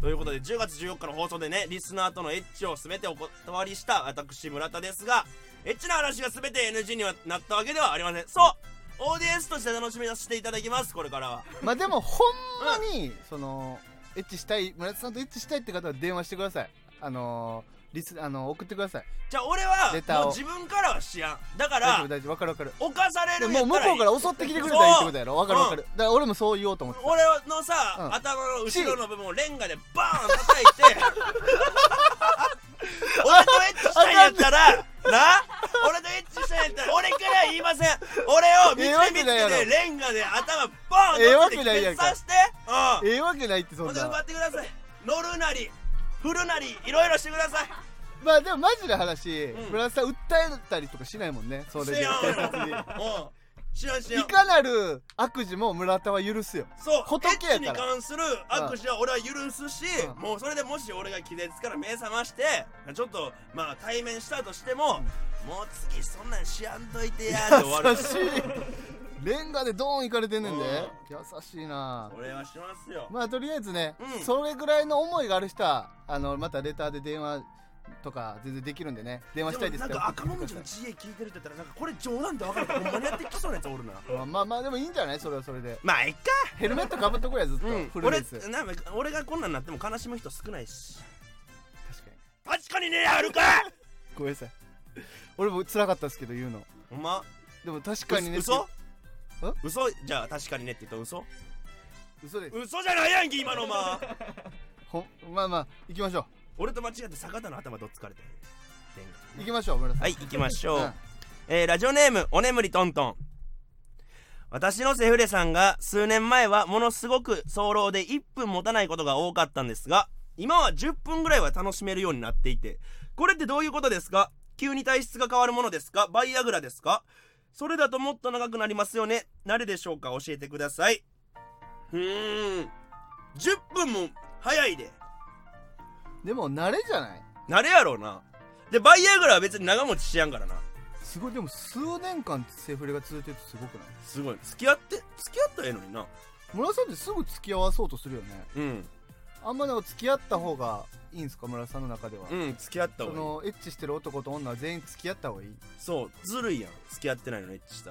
Speaker 2: ということで10月14日の放送でねリスナーとのエッチを全てお断りした私村田ですがエッチな話が全て NG にはなったわけではありませんそうオーディエンスとして楽しみさせていただきますこれからは
Speaker 1: まあでもほんまに、そのエッチしたい村田さんとエッチしたいって方は電話してくださいあのー、リスあのー送ってください
Speaker 2: じゃあ俺
Speaker 1: レター
Speaker 2: は
Speaker 1: を
Speaker 2: もう自分からは知らんだ
Speaker 1: 大
Speaker 2: か
Speaker 1: 丈
Speaker 2: ら
Speaker 1: 夫大丈夫わかるわかる
Speaker 2: 犯され
Speaker 1: で
Speaker 2: るん
Speaker 1: も
Speaker 2: や
Speaker 1: う
Speaker 2: っ
Speaker 1: 向
Speaker 2: たら
Speaker 1: こうから襲ってきてくれたらいいってことやろわかるわかるだから俺もそう言おうと思って
Speaker 2: 俺のさ、
Speaker 1: うん
Speaker 2: 頭の後ろの部分をレンガでバーン叩い
Speaker 1: [laughs]
Speaker 2: て俺とエッチしたいんやったらな俺とエッチしたいんやったら俺からは言いません俺を見
Speaker 1: ええわ
Speaker 2: つけ
Speaker 1: け
Speaker 2: 見つ
Speaker 1: ないやろ
Speaker 2: けてレンガで頭バーン
Speaker 1: ええわ
Speaker 2: 叩
Speaker 1: け
Speaker 2: いて
Speaker 1: ないやんか
Speaker 2: 刺してうん
Speaker 1: ええわけないってそ
Speaker 2: ほ
Speaker 1: ん
Speaker 2: んで奪
Speaker 1: な
Speaker 2: ってください乗るなり振るなりいろいろしてください
Speaker 1: まあでもマジな話、
Speaker 2: うん
Speaker 1: 村田さん訴えたりとかしないもんねそれで
Speaker 2: してよ
Speaker 1: 警察に
Speaker 2: うんしようし
Speaker 1: い
Speaker 2: よう
Speaker 1: かなる悪事も村田は許すよ
Speaker 2: そう
Speaker 1: 仏やから
Speaker 2: エッチに関する握手は俺は許すし、
Speaker 1: うん
Speaker 2: もうそれでもし俺が気絶から目覚ましてちょっとまあ対面したとしても、もう次そんなんしやんといてやーって終わ
Speaker 1: 優
Speaker 2: る
Speaker 1: しいレンガでドーン行かれてんねんで
Speaker 2: うん
Speaker 1: 優しいな
Speaker 2: 俺はしますよ、
Speaker 1: まあとりあえずね、
Speaker 2: うん
Speaker 1: それぐらいの思いがある人はあのまたレターで電話とか全然できるんでね電話した
Speaker 2: で
Speaker 1: い
Speaker 2: も
Speaker 1: です
Speaker 2: なん
Speaker 1: から
Speaker 2: か赤もみじの GA 聞いてるって言ったらなんかこれ冗談で分かるからほんまにやってきそうなやつおるな
Speaker 1: まあまあまあでもいいんじゃないそれはそれで
Speaker 2: まあいっか、
Speaker 1: ヘルメットかぶっとこうやずっと、
Speaker 2: うん、
Speaker 1: フル
Speaker 2: 俺
Speaker 1: です確か
Speaker 2: なんか俺がこんなんなっても悲しむ人少ないし
Speaker 1: に
Speaker 2: 確かにねあるか
Speaker 1: ごめんなさい俺も辛かったですけど言うの
Speaker 2: [laughs] ほんま
Speaker 1: でも確かにね
Speaker 2: 嘘
Speaker 1: え
Speaker 2: 嘘じゃあ確かにねって言ったら嘘
Speaker 1: 嘘です
Speaker 2: 嘘じゃないやんけ今のお前
Speaker 1: ほんまあまあ行きましょ
Speaker 2: 俺と間違って坂田の頭どっつかれてる
Speaker 1: う行きましょう村田さん
Speaker 2: はい行きましょう、
Speaker 1: うん
Speaker 2: えーラジオネームおねむりトントン私のセフレさんが数年前はものすごく早漏で1分持たないことが多かったんですが今は10分ぐらいは楽しめるようになっていてこれってどういうことですか急に体質が変わるものですかバイアグラですかそれだともっと長くなりますよね慣れでしょうか教えてくださいうーん10分も早いで
Speaker 1: でも慣れじゃない
Speaker 2: 慣れやろうなでバイアグラは別に長持ちしやんからな
Speaker 1: すごいでも数年間セフレが続いてるとすごくない
Speaker 2: すごい付き合って付き合ったらええのにな
Speaker 1: 村田さんってすぐ付き合わそうとするよね
Speaker 2: うん
Speaker 1: あんまなんか付き合った方がいいんですか村田さんの中では、
Speaker 2: うん付き合った
Speaker 1: そ
Speaker 2: 方がいい
Speaker 1: のエッチしてる男と女は全員付き合った方がいい
Speaker 2: そうずるいやん付き合ってないのにエッチした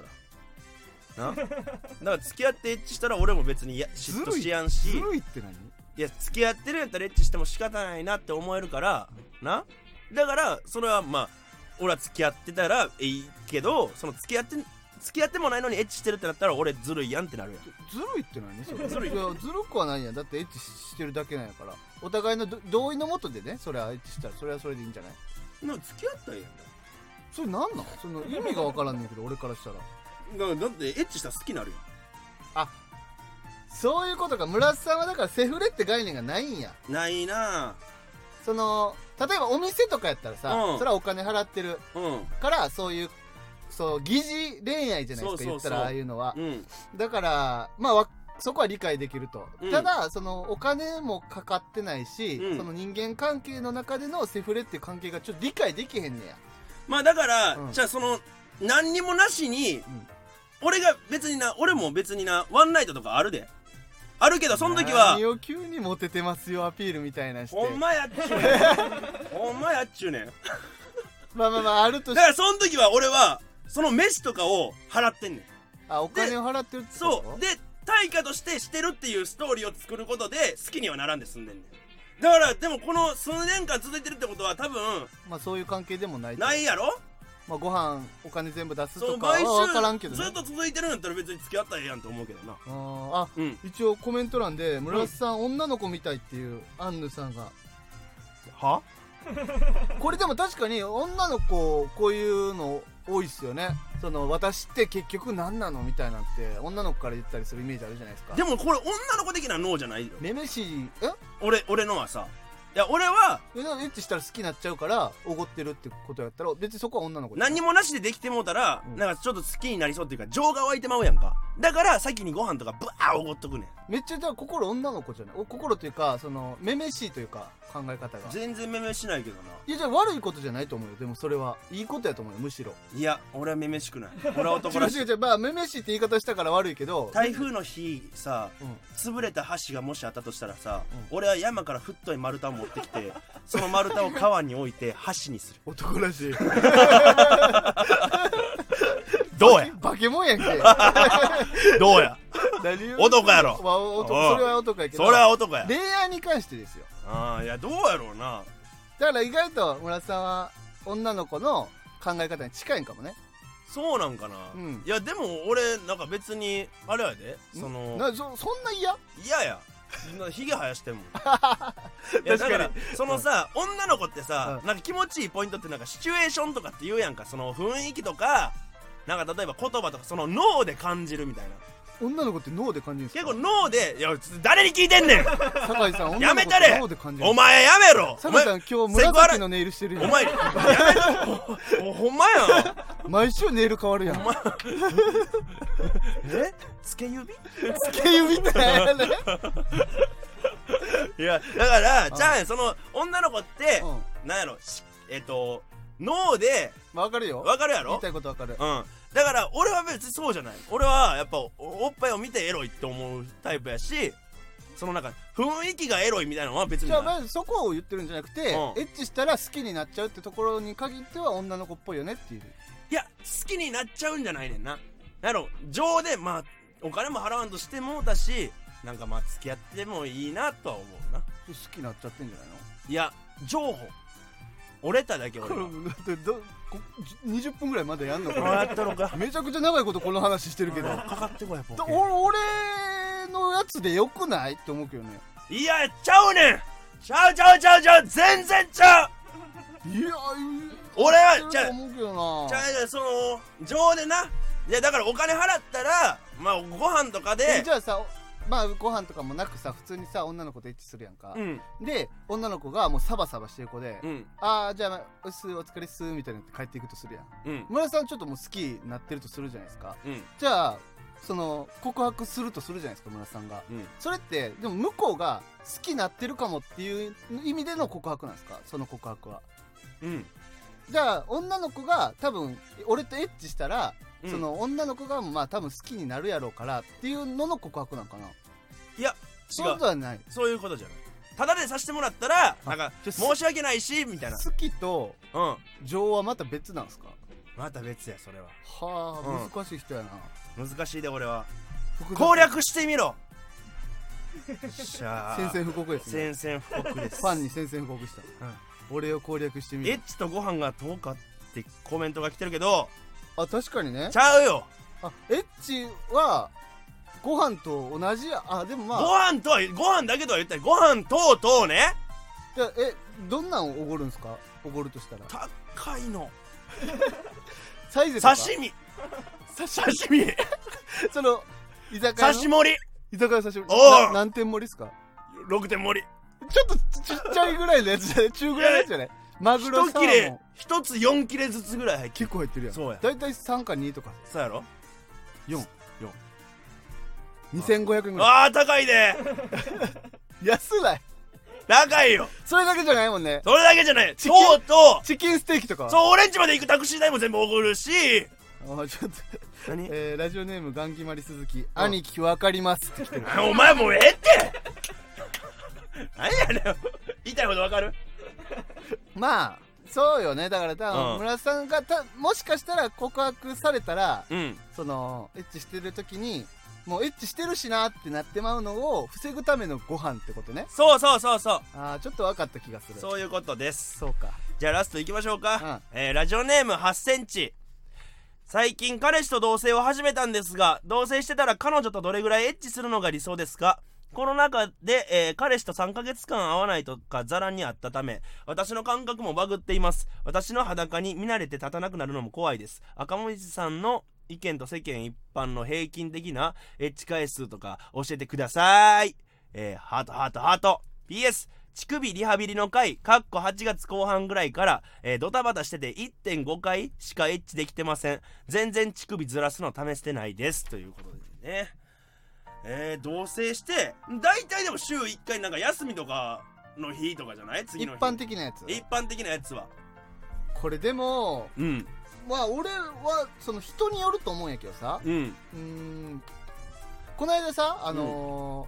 Speaker 2: らなだから付き合ってエッチしたら俺も別にいや嫉妬しやんし
Speaker 1: ずるいって何
Speaker 2: いや付き合ってるんやったらエッチしても仕方ないなって思えるからなだからそれはまあ俺は付き合ってたらいいけどその付き合って付き合ってもないのにエッチしてるってなったら俺ずるいやんってなるやん
Speaker 1: ずるいって何それ
Speaker 2: [laughs] ずるい
Speaker 1: やずるくはないやんだってエッチしてるだけなんやからお互いのど同意のもとでねそれはエッチしたらそれはそれでいいんじゃない
Speaker 2: でも付き合ったらええやん
Speaker 1: それなんなんその意味がわからんねんけど俺からしたら
Speaker 2: だからだってエッチしたら好きになるやん
Speaker 1: そういうことか村田さんはだからセフレって概念がないんや
Speaker 2: ないな
Speaker 1: その例えばお店とかやったらさ、
Speaker 2: うん
Speaker 1: それはお金払ってる
Speaker 2: ぁうん
Speaker 1: からそういうそう疑似恋愛じゃないですか
Speaker 2: そうそうそう
Speaker 1: 言ったらああいうのは
Speaker 2: うん
Speaker 1: だからまあわそこは理解できると、
Speaker 2: うん
Speaker 1: ただそのお金もかかってないし、
Speaker 2: うん
Speaker 1: その人間関係の中でのセフレっていう関係がちょっと理解できへんねや
Speaker 2: まあだから、
Speaker 1: うん
Speaker 2: じゃあその何にもなしに、俺が別にな俺も別になワンナイトとかあるであるけどその時は
Speaker 1: 何を急にモテてますよアピールみたいなして
Speaker 2: ほんまやっちゅうね
Speaker 1: [laughs]
Speaker 2: んほんまやっちゅうねんだ
Speaker 1: まあまあまああるとし
Speaker 2: からその時は俺はその飯とかを払ってんねん
Speaker 1: あお金を払ってるってこと
Speaker 2: そうで対価としてしてるっていうストーリーを作ることで好きにはならんで済んでんねんだからでもこの数年間続いてるってことは多分
Speaker 1: まあそういう関係でもないと
Speaker 2: ないやろ
Speaker 1: まあ、ご飯お金全部出す
Speaker 2: そ
Speaker 1: と
Speaker 2: う
Speaker 1: か
Speaker 2: 毎
Speaker 1: は分からんけ
Speaker 2: 週
Speaker 1: ど
Speaker 2: ず
Speaker 1: ね
Speaker 2: っと続いてるんだったら別に付き合ったらええやんと思うけどな
Speaker 1: あーあ
Speaker 2: うん
Speaker 1: 一応コメント欄で村瀬さん、女の子みたいっていうアンヌさんが
Speaker 2: は
Speaker 1: これでも確かに女の子こういうの多いっすよねその私って結局何なのみたいなんて女の子から言ったりするイメージあるじゃないですか
Speaker 2: でもこれ女の子的な脳じゃないよ
Speaker 1: めめしいえ
Speaker 2: 俺俺のはさいや、俺は
Speaker 1: えだからエッチしたら好きになっちゃうからおごってるってことやったら別にそこは女の子
Speaker 2: 何に
Speaker 1: も
Speaker 2: もなしでできてもうたら、
Speaker 1: うん
Speaker 2: なんかちょっと好きになりそうっていうか、情が湧いてまうやんか。だから、先にご飯とか、ブワーおごっとくねん。
Speaker 1: めっちゃだから心女の子じゃないお心というかそのめめしいというか考え方が
Speaker 2: 全然めめしないけどな。
Speaker 1: いやじゃあ悪いことじゃないと思うよでもそれはいいことやと思うよむしろ
Speaker 2: いや、俺はめめしくない。俺は
Speaker 1: 違
Speaker 2: 男
Speaker 1: う
Speaker 2: らし
Speaker 1: [laughs] 違う
Speaker 2: い。
Speaker 1: 違うまあめめしいって言い方したから悪いけど
Speaker 2: 台風の日さ、
Speaker 1: うん
Speaker 2: 潰れた橋がもしあったとしたらさ、
Speaker 1: うん
Speaker 2: 俺は山から太い丸太を持ってきて、その丸太を川に置いて橋にする。
Speaker 1: 男らしい
Speaker 2: どうや
Speaker 1: [laughs] バケモンやん
Speaker 2: [laughs]
Speaker 1: け
Speaker 2: ど [laughs] うや
Speaker 1: 何言う
Speaker 2: 男やろ
Speaker 1: まあ男
Speaker 2: おい
Speaker 1: それは男やけど
Speaker 2: 男や
Speaker 1: 恋愛に関してですよ
Speaker 2: ああ、いや、どうやろうな。
Speaker 1: だから意外と村さんは女の子の考え方に近いんかもね
Speaker 2: そうなんかな。
Speaker 1: うん
Speaker 2: いや、でも俺、なんか別に、あれやで、その、
Speaker 1: なそそんな嫌
Speaker 2: 嫌ややひげ生
Speaker 1: [laughs]
Speaker 2: やしてんもんい
Speaker 1: 確か
Speaker 2: や
Speaker 1: に
Speaker 2: だからそのさ、女の子ってさ、
Speaker 1: う
Speaker 2: なんか気持ちいいポイントってなんかシチュエーションとかって言うやんかその雰囲気とかなんか例えば言葉とかその脳で感じるみたいな
Speaker 1: 女の子って脳で感じるんです
Speaker 2: 結
Speaker 1: か
Speaker 2: 構脳でいや誰に聞いてんねん
Speaker 1: 酒井さん女の子
Speaker 2: やめたれ
Speaker 1: 脳で感じる
Speaker 2: お前やめろお
Speaker 1: 酒井
Speaker 2: 前
Speaker 1: さん今日
Speaker 2: セクハラ
Speaker 1: 紫のネイルしてる
Speaker 2: お
Speaker 1: やん
Speaker 2: 前や
Speaker 1: [laughs]
Speaker 2: めろおほんまや
Speaker 1: 毎週ネイル変わるやん
Speaker 2: え付け指
Speaker 1: 付け指みたいな
Speaker 2: [laughs]
Speaker 1: ね
Speaker 2: いやだから
Speaker 1: ん
Speaker 2: じゃあその女の子って
Speaker 1: うん
Speaker 2: なんやろしえっと脳で
Speaker 1: まあわかるよ
Speaker 2: わかるや
Speaker 1: 言い
Speaker 2: ろ
Speaker 1: たいことわかる
Speaker 2: うん。だから、俺は別にそうじゃない。俺は、やっぱお、おっぱいを見てエロいって思うタイプやし、そのなんか、雰囲気がエロいみたいなのは別に
Speaker 1: じゃあ
Speaker 2: ない。
Speaker 1: まずそこを言ってるんじゃなくて、エ
Speaker 2: うん
Speaker 1: ッチしたら好きになっちゃうってところに限っては女の子っぽいよねっていう
Speaker 2: いや、好きになっちゃうんじゃないねんな。なの、情で、まあ、お金も払わんとしてもうたし、なんかまあ、付き合ってもいいなとは思うな。
Speaker 1: 好きになっちゃってんじゃないの
Speaker 2: いや、情報。折れただけ俺
Speaker 1: これ
Speaker 2: は。
Speaker 1: だってどこ20分ぐらいまだやんのこ
Speaker 2: こうや
Speaker 1: れ
Speaker 2: ったのか。
Speaker 1: めちゃくちゃ長いことこの話してるけど
Speaker 2: かかってこいや、
Speaker 1: だ
Speaker 2: ボ
Speaker 1: 俺
Speaker 2: ケ。
Speaker 1: 俺のやつでよくないって思うけどね
Speaker 2: いや、ちゃうねんちゃうちゃうちゃうちゃう全然ちゃう
Speaker 1: いや
Speaker 2: 俺は
Speaker 1: じゃ思うけど
Speaker 2: じゃ
Speaker 1: な
Speaker 2: あその情でないやだからお金払ったらまあご飯とか
Speaker 1: え
Speaker 2: で
Speaker 1: じゃあさまあご飯とかもなくさ普通にさ女の子とエッチするやんか
Speaker 2: う、ん
Speaker 1: で女の子がもうサバサバしてる子で、
Speaker 2: うん
Speaker 1: ああじゃあ、まあ、うっすお疲れっすみたいなって帰っていくとするやん
Speaker 2: うん
Speaker 1: 村さんちょっともう好きになってるとするじゃないですか
Speaker 2: うん
Speaker 1: じゃあその告白するとするじゃないですか村さんが
Speaker 2: うん
Speaker 1: それってでも向こうが好きになってるかもっていう意味での告白なんですかその告白は
Speaker 2: うん
Speaker 1: じゃあ女の子が多分俺とエッチしたら、
Speaker 2: うん
Speaker 1: その女の子がまあ多分好きになるやろうからっていうのの告白なんかない
Speaker 2: や違
Speaker 1: そういう
Speaker 2: う
Speaker 1: ことはない
Speaker 2: そういうことじゃないただでさせてもらったらなんか
Speaker 1: じゃあ
Speaker 2: 申し訳ないしみたいな
Speaker 1: 好きと
Speaker 2: うん
Speaker 1: 情はまた別なんですか
Speaker 2: また別やそれは
Speaker 1: はあ、
Speaker 2: うん
Speaker 1: 難しい人やな
Speaker 2: 難しいで俺は
Speaker 1: 複雑
Speaker 2: 攻略してみろしゃあ
Speaker 1: 宣戦布告ですね
Speaker 2: 宣戦布告です
Speaker 1: ファンに宣戦布告した、
Speaker 2: うん
Speaker 1: 俺を攻略してみ
Speaker 2: エ
Speaker 1: る
Speaker 2: ッチとご飯が遠かってコメントが来てるけど
Speaker 1: あ確かにね
Speaker 2: ちゃうよ
Speaker 1: あエッチはご飯と同じやあでもまあ
Speaker 2: ご飯とはご飯だけとは言ったらご飯とうとうね
Speaker 1: じゃあえどんなんおごるんですかおごるとしたら
Speaker 2: 高いの
Speaker 1: サイズとか
Speaker 2: 刺身刺身
Speaker 1: その居酒屋
Speaker 2: 刺
Speaker 1: の
Speaker 2: し盛り
Speaker 1: 居酒屋刺身
Speaker 2: おう
Speaker 1: な何点盛りですか
Speaker 2: 6点盛り
Speaker 1: ちょっとちちっちゃいぐらいのやつじゃない中ぐらいのやつじゃないマグロ
Speaker 2: 1
Speaker 1: サ
Speaker 2: 切
Speaker 1: ー
Speaker 2: れ
Speaker 1: モン
Speaker 2: 1つ4切れずつぐらい入ってる
Speaker 1: 結構入ってるやん
Speaker 2: そうや
Speaker 1: 大体3か2とか
Speaker 2: そうやろ
Speaker 1: 2500円ぐら
Speaker 2: あー高いで
Speaker 1: い安ない
Speaker 2: 高いよ
Speaker 1: それだけじゃないもんね
Speaker 2: それだけじゃない
Speaker 1: チ
Speaker 2: と
Speaker 1: キン
Speaker 2: うと
Speaker 1: チキンステーキとか
Speaker 2: う
Speaker 1: は
Speaker 2: そう俺んちまで行くタクシー代も全部おごるし
Speaker 1: あちょっと、
Speaker 2: 何
Speaker 1: えー、ラジオネームガンギマリ鈴木兄貴わかりますって来てる
Speaker 2: お前もうええ
Speaker 1: [laughs]
Speaker 2: って何やねん言いたいことわかる
Speaker 1: まあそうよねだから多
Speaker 2: う
Speaker 1: 分
Speaker 2: ん
Speaker 1: 村さんがたもしかしたら告白されたら
Speaker 2: うん
Speaker 1: そのエッチしてる時にもうエッチしてるしなってなってまうのを防ぐためのご飯ってことね
Speaker 2: そうそうそうそ
Speaker 1: ああちょっと分かった気がす
Speaker 2: う
Speaker 1: る
Speaker 2: そういうことです
Speaker 1: そうか
Speaker 2: じゃあラスト行きましょうか、えーラジオネーム8センチ最近彼氏と同棲を始めたんですが同棲してたら彼女とどれぐらいエッチするのが理想ですかこの中で、えー彼氏と3ヶ月間会わないとかザラにあったため私の感覚もバグっています私の裸に見慣れて立たなくなるのも怖いです赤森さんの意見と世間一般の平均的なエッチ回数とか教えてくださいえーハートハートハート PS 乳首リハビリの回、かっこ8月後半ぐらいから、えードタバタしてて1.5回しかエッチできてません。全然乳首ずらすの試してないです。ということでね。えー、同棲して、大体でも週1回なんか休みとかの日とかじゃない次
Speaker 1: 一
Speaker 2: の日。
Speaker 1: 般的なやつ
Speaker 2: 一般的なやつは。
Speaker 1: これでも
Speaker 2: うん。
Speaker 1: まあ俺はその人によると思うんやけどさ
Speaker 2: うん。
Speaker 1: うーんこの間さあの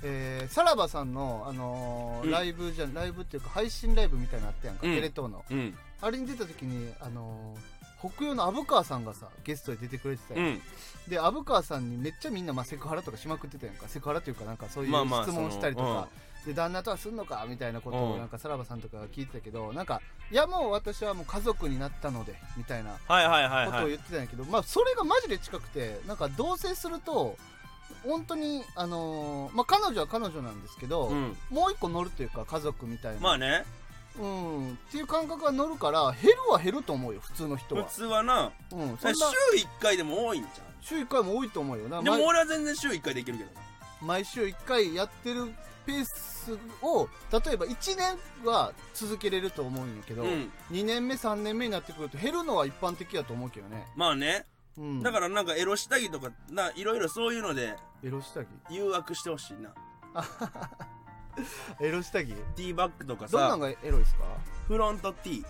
Speaker 1: ーえーさらばさんの、あのー
Speaker 2: うん
Speaker 1: ライブじゃんライブっていうか配信ライブみたいなのあったやんか、
Speaker 2: うん
Speaker 1: テレ東の
Speaker 2: うん。
Speaker 1: あれに出た時に、あのー北洋の虻川さんがさゲストで出てくれてた
Speaker 2: う
Speaker 1: やん、
Speaker 2: ん。
Speaker 1: で虻川さんにめっちゃみんな、まあ、セクハラとかしまくってたやんかセクハラというかなんかそういう
Speaker 2: まあまあ
Speaker 1: 質問したりとか、
Speaker 2: そ
Speaker 1: で
Speaker 2: の
Speaker 1: 旦那とはすんのかみたいなこと
Speaker 2: う
Speaker 1: を
Speaker 2: ん
Speaker 1: なんかさらばさんとかが聞いてたけどなんかいやもう私はもう家族になったのでみたいな
Speaker 2: はいはいはい
Speaker 1: ことを
Speaker 2: は
Speaker 1: 言
Speaker 2: い。
Speaker 1: ってたんやけど、まあそれがマジで近くてなんか同棲すると本当にあのーまあ彼女は彼女なんですけど、
Speaker 2: うん。
Speaker 1: もう一個乗るというか家族みたいな、
Speaker 2: まあね、
Speaker 1: うんっていう感覚が乗るから減るは減ると思うよ普通の人
Speaker 2: 普
Speaker 1: は、
Speaker 2: 通はな、
Speaker 1: うん、そん
Speaker 2: 週
Speaker 1: な
Speaker 2: 1回でも多いんじ
Speaker 1: 週1回も多いと思うよ
Speaker 2: ゃ。
Speaker 1: なん
Speaker 2: でも
Speaker 1: 毎
Speaker 2: 俺は全然週1回できるけどな。
Speaker 1: 毎週1回やってるペースを例えば1年は続けれると思うんやけど、
Speaker 2: うん。
Speaker 1: 2年目3年目になってくると減るのは一般的やと思うけどね、
Speaker 2: まあね、
Speaker 1: うん、
Speaker 2: だからなんかエロ下着とか、ないろいろそういうので
Speaker 1: エロ下着
Speaker 2: 誘惑してほしいな。
Speaker 1: エロ下着
Speaker 2: ティーバッグとか
Speaker 1: どんな
Speaker 2: さ
Speaker 1: の、がエロいですか
Speaker 2: フロントティー。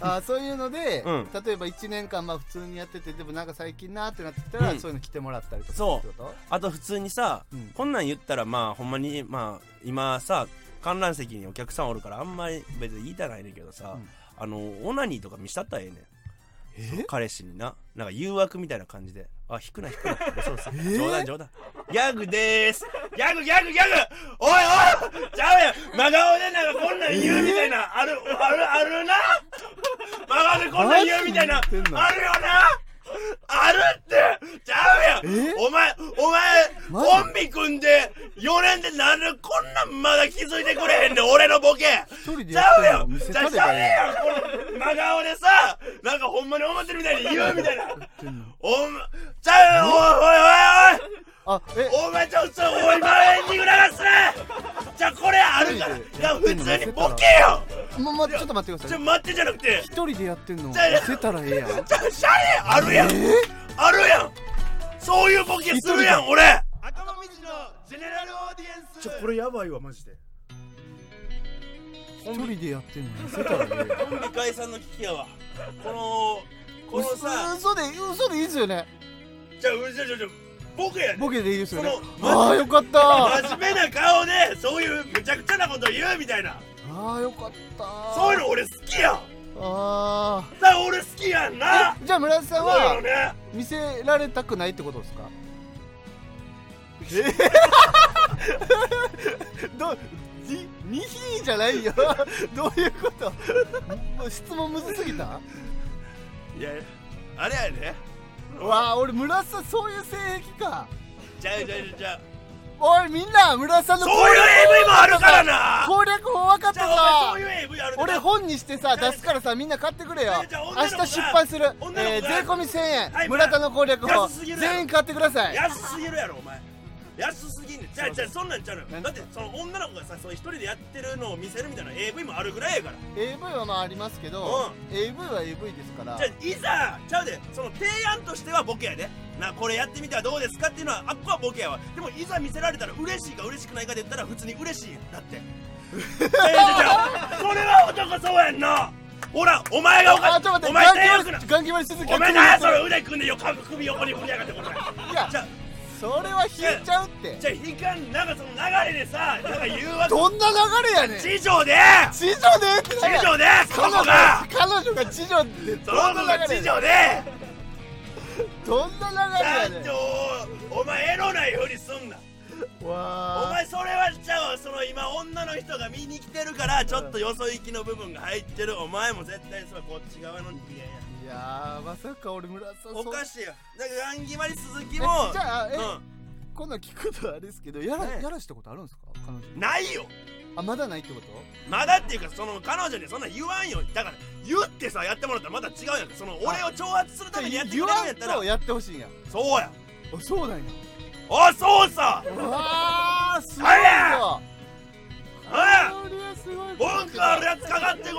Speaker 1: あーそういうので、
Speaker 2: うん
Speaker 1: 例えば1年間まあ普通にやっててでもなんか最近なーってなってきたら、
Speaker 2: うん
Speaker 1: そういうの着てもらったりとか
Speaker 2: そう
Speaker 1: ってこと
Speaker 2: あと普通にさ、
Speaker 1: うん
Speaker 2: こんなん言ったらまあほんまに、まあ今さ、観覧席にお客さんおるからあんまり別に言いたないねんけどさ、
Speaker 1: うん
Speaker 2: あの、オナニーとか見したったらええねん。
Speaker 1: え
Speaker 2: 彼氏にななんか誘惑みたいな感じであ引くな
Speaker 1: [laughs]
Speaker 2: 引くなそうそう
Speaker 1: ー
Speaker 2: 冗談冗談ギャグでーすギャグギャグギャグおいおいちゃうやん真顔でなんかこんなん言うみたいな、あるあるあるな真顔でこんなん言うみたいなあ
Speaker 1: マジで
Speaker 2: る
Speaker 1: 言
Speaker 2: よ
Speaker 1: ってんの
Speaker 2: なあるってちゃうやん
Speaker 1: え
Speaker 2: お前
Speaker 1: マ
Speaker 2: お前
Speaker 1: ジ
Speaker 2: コンビ組んで4年でなんでこんなんまだ気づいてくれへんねん俺のボケ
Speaker 1: 一人で
Speaker 2: ちゃう
Speaker 1: や
Speaker 2: や
Speaker 1: ってるのを
Speaker 2: ん
Speaker 1: 見せ
Speaker 2: ち
Speaker 1: た
Speaker 2: ゃ
Speaker 1: れ
Speaker 2: うや
Speaker 1: ばえ
Speaker 2: んこの真顔でさなんかほんまに思ってるみたいに言うみたいな
Speaker 1: えやん
Speaker 2: おんちゃうやんおいおいおいおい
Speaker 1: あえ
Speaker 2: お前ちょっとおい前エンディング流すなじゃあこれあるからいや普通にボケよ
Speaker 1: ま、ま、ちょっと待ってくだ
Speaker 2: ち
Speaker 1: さ
Speaker 2: ょ
Speaker 1: い
Speaker 2: 待ってじゃなくて
Speaker 1: 一人でやってんのを見せたらええやん
Speaker 2: ちゃシャレあるやんあるやんそういうボケするやん俺赤の道のジェネラルオーディエンスちょこれやばいわマジで
Speaker 1: 一人でやってんの見せたらええやん
Speaker 2: コンビ解散の危機やわこのこのさ
Speaker 1: 嘘嘘で嘘でいいですよね
Speaker 2: じゃあじゃあじゃあボケやねん
Speaker 1: ボケでいいですよね
Speaker 2: その
Speaker 1: ああよかったあ
Speaker 2: 真面目な顔でそういうむちゃくちゃなこと言うみたいな
Speaker 1: あよかった
Speaker 2: そういうの俺好きやん
Speaker 1: あ
Speaker 2: だから俺好きやんな
Speaker 1: あじゃあ村田さん
Speaker 2: そうや
Speaker 1: は
Speaker 2: ろね
Speaker 1: 見せられたくないってことですかえ [laughs] どににひーじゃないよどういうこともう質問むずすぎた
Speaker 2: いやあれやね
Speaker 1: わあ俺村瀬さんそういう性癖か
Speaker 2: ちゃうちゃうちゃう
Speaker 1: おいみんな村瀬さんの
Speaker 2: そういう AV もあるからな
Speaker 1: 攻略法分かった
Speaker 2: じゃあ
Speaker 1: か
Speaker 2: お前そういう AV ある
Speaker 1: 俺
Speaker 2: ほ
Speaker 1: 本にしてさ出すからさみんな買ってくれよ
Speaker 2: じゃあ
Speaker 1: 明
Speaker 2: 女の子
Speaker 1: 日出版する、
Speaker 2: 女の子
Speaker 1: えー税込み1000円、
Speaker 2: はい
Speaker 1: 村田の攻略法
Speaker 2: 安すぎるやろ
Speaker 1: 全員買ってください
Speaker 2: 安すぎるやろお前安すぎんねんじゃあじゃあそんなんちゃうの
Speaker 1: 何
Speaker 2: よだってその女の子がさそう一人でやってるのを見せるみたいな AV もあるぐらいやから
Speaker 1: AV はまあありますけど、AV は AV ですから
Speaker 2: じゃあいざちゃうでその提案としてはボケやでなこれやってみたらどうですかっていうのはあっこはボケやわでもいざ見せられたら嬉しいか嬉しくないかで言ったら普通に嬉しいやんだっていやいやいやこれは男そうやんなほらお前がおか
Speaker 1: あちょっと待って
Speaker 2: お前手
Speaker 1: ガン
Speaker 2: よ
Speaker 1: キ
Speaker 2: く
Speaker 1: マ
Speaker 2: な
Speaker 1: リガンキマリ鈴木
Speaker 2: お前なやそれ腕組んでよ首横に振りやがってこれ
Speaker 1: いや
Speaker 2: じゃあ
Speaker 1: それは引いちゃうって
Speaker 2: じゃあ引かんなんかその流れでさなんか誘惑
Speaker 1: どんな流れやねん地
Speaker 2: 地上で
Speaker 1: 上でって
Speaker 2: 地上でそ
Speaker 1: 彼女
Speaker 2: こが
Speaker 1: が彼女が地上で
Speaker 2: そ
Speaker 1: ど
Speaker 2: こ
Speaker 1: んな
Speaker 2: が
Speaker 1: 流れ
Speaker 2: 地
Speaker 1: やねん
Speaker 2: 上で
Speaker 1: どんな流れ
Speaker 2: な
Speaker 1: や
Speaker 2: ん
Speaker 1: ね
Speaker 2: でおお前エロないふりすんなんお
Speaker 1: わ
Speaker 2: 前それはちゃうわその今女の人が見に来てるからちょっとよそ行きの部分が入ってるお前も絶対それこっち側の人間や
Speaker 1: ーいやーまさか俺村田さん
Speaker 2: おか
Speaker 1: し
Speaker 2: しいよだからランギマリ鈴木
Speaker 1: い
Speaker 2: も
Speaker 1: じゃあえ、
Speaker 2: う
Speaker 1: こんなん聞くことはあれですけどやら,、
Speaker 2: ね
Speaker 1: やらしたことあるんですか彼女
Speaker 2: んないよ
Speaker 1: あまだないってこと
Speaker 2: まだっていうかその彼女にそんな言わんよだから言ってさやってもらったらまた違うやんその俺を挑発するためにやってくれ
Speaker 1: 言
Speaker 2: るん
Speaker 1: わ
Speaker 2: や
Speaker 1: ん
Speaker 2: ったら
Speaker 1: とやってほしいんや
Speaker 2: そうや
Speaker 1: あそうなんや
Speaker 2: あそうさ
Speaker 1: うわーすごい
Speaker 2: あ
Speaker 1: ぞ
Speaker 2: 文句あるやつかかってこい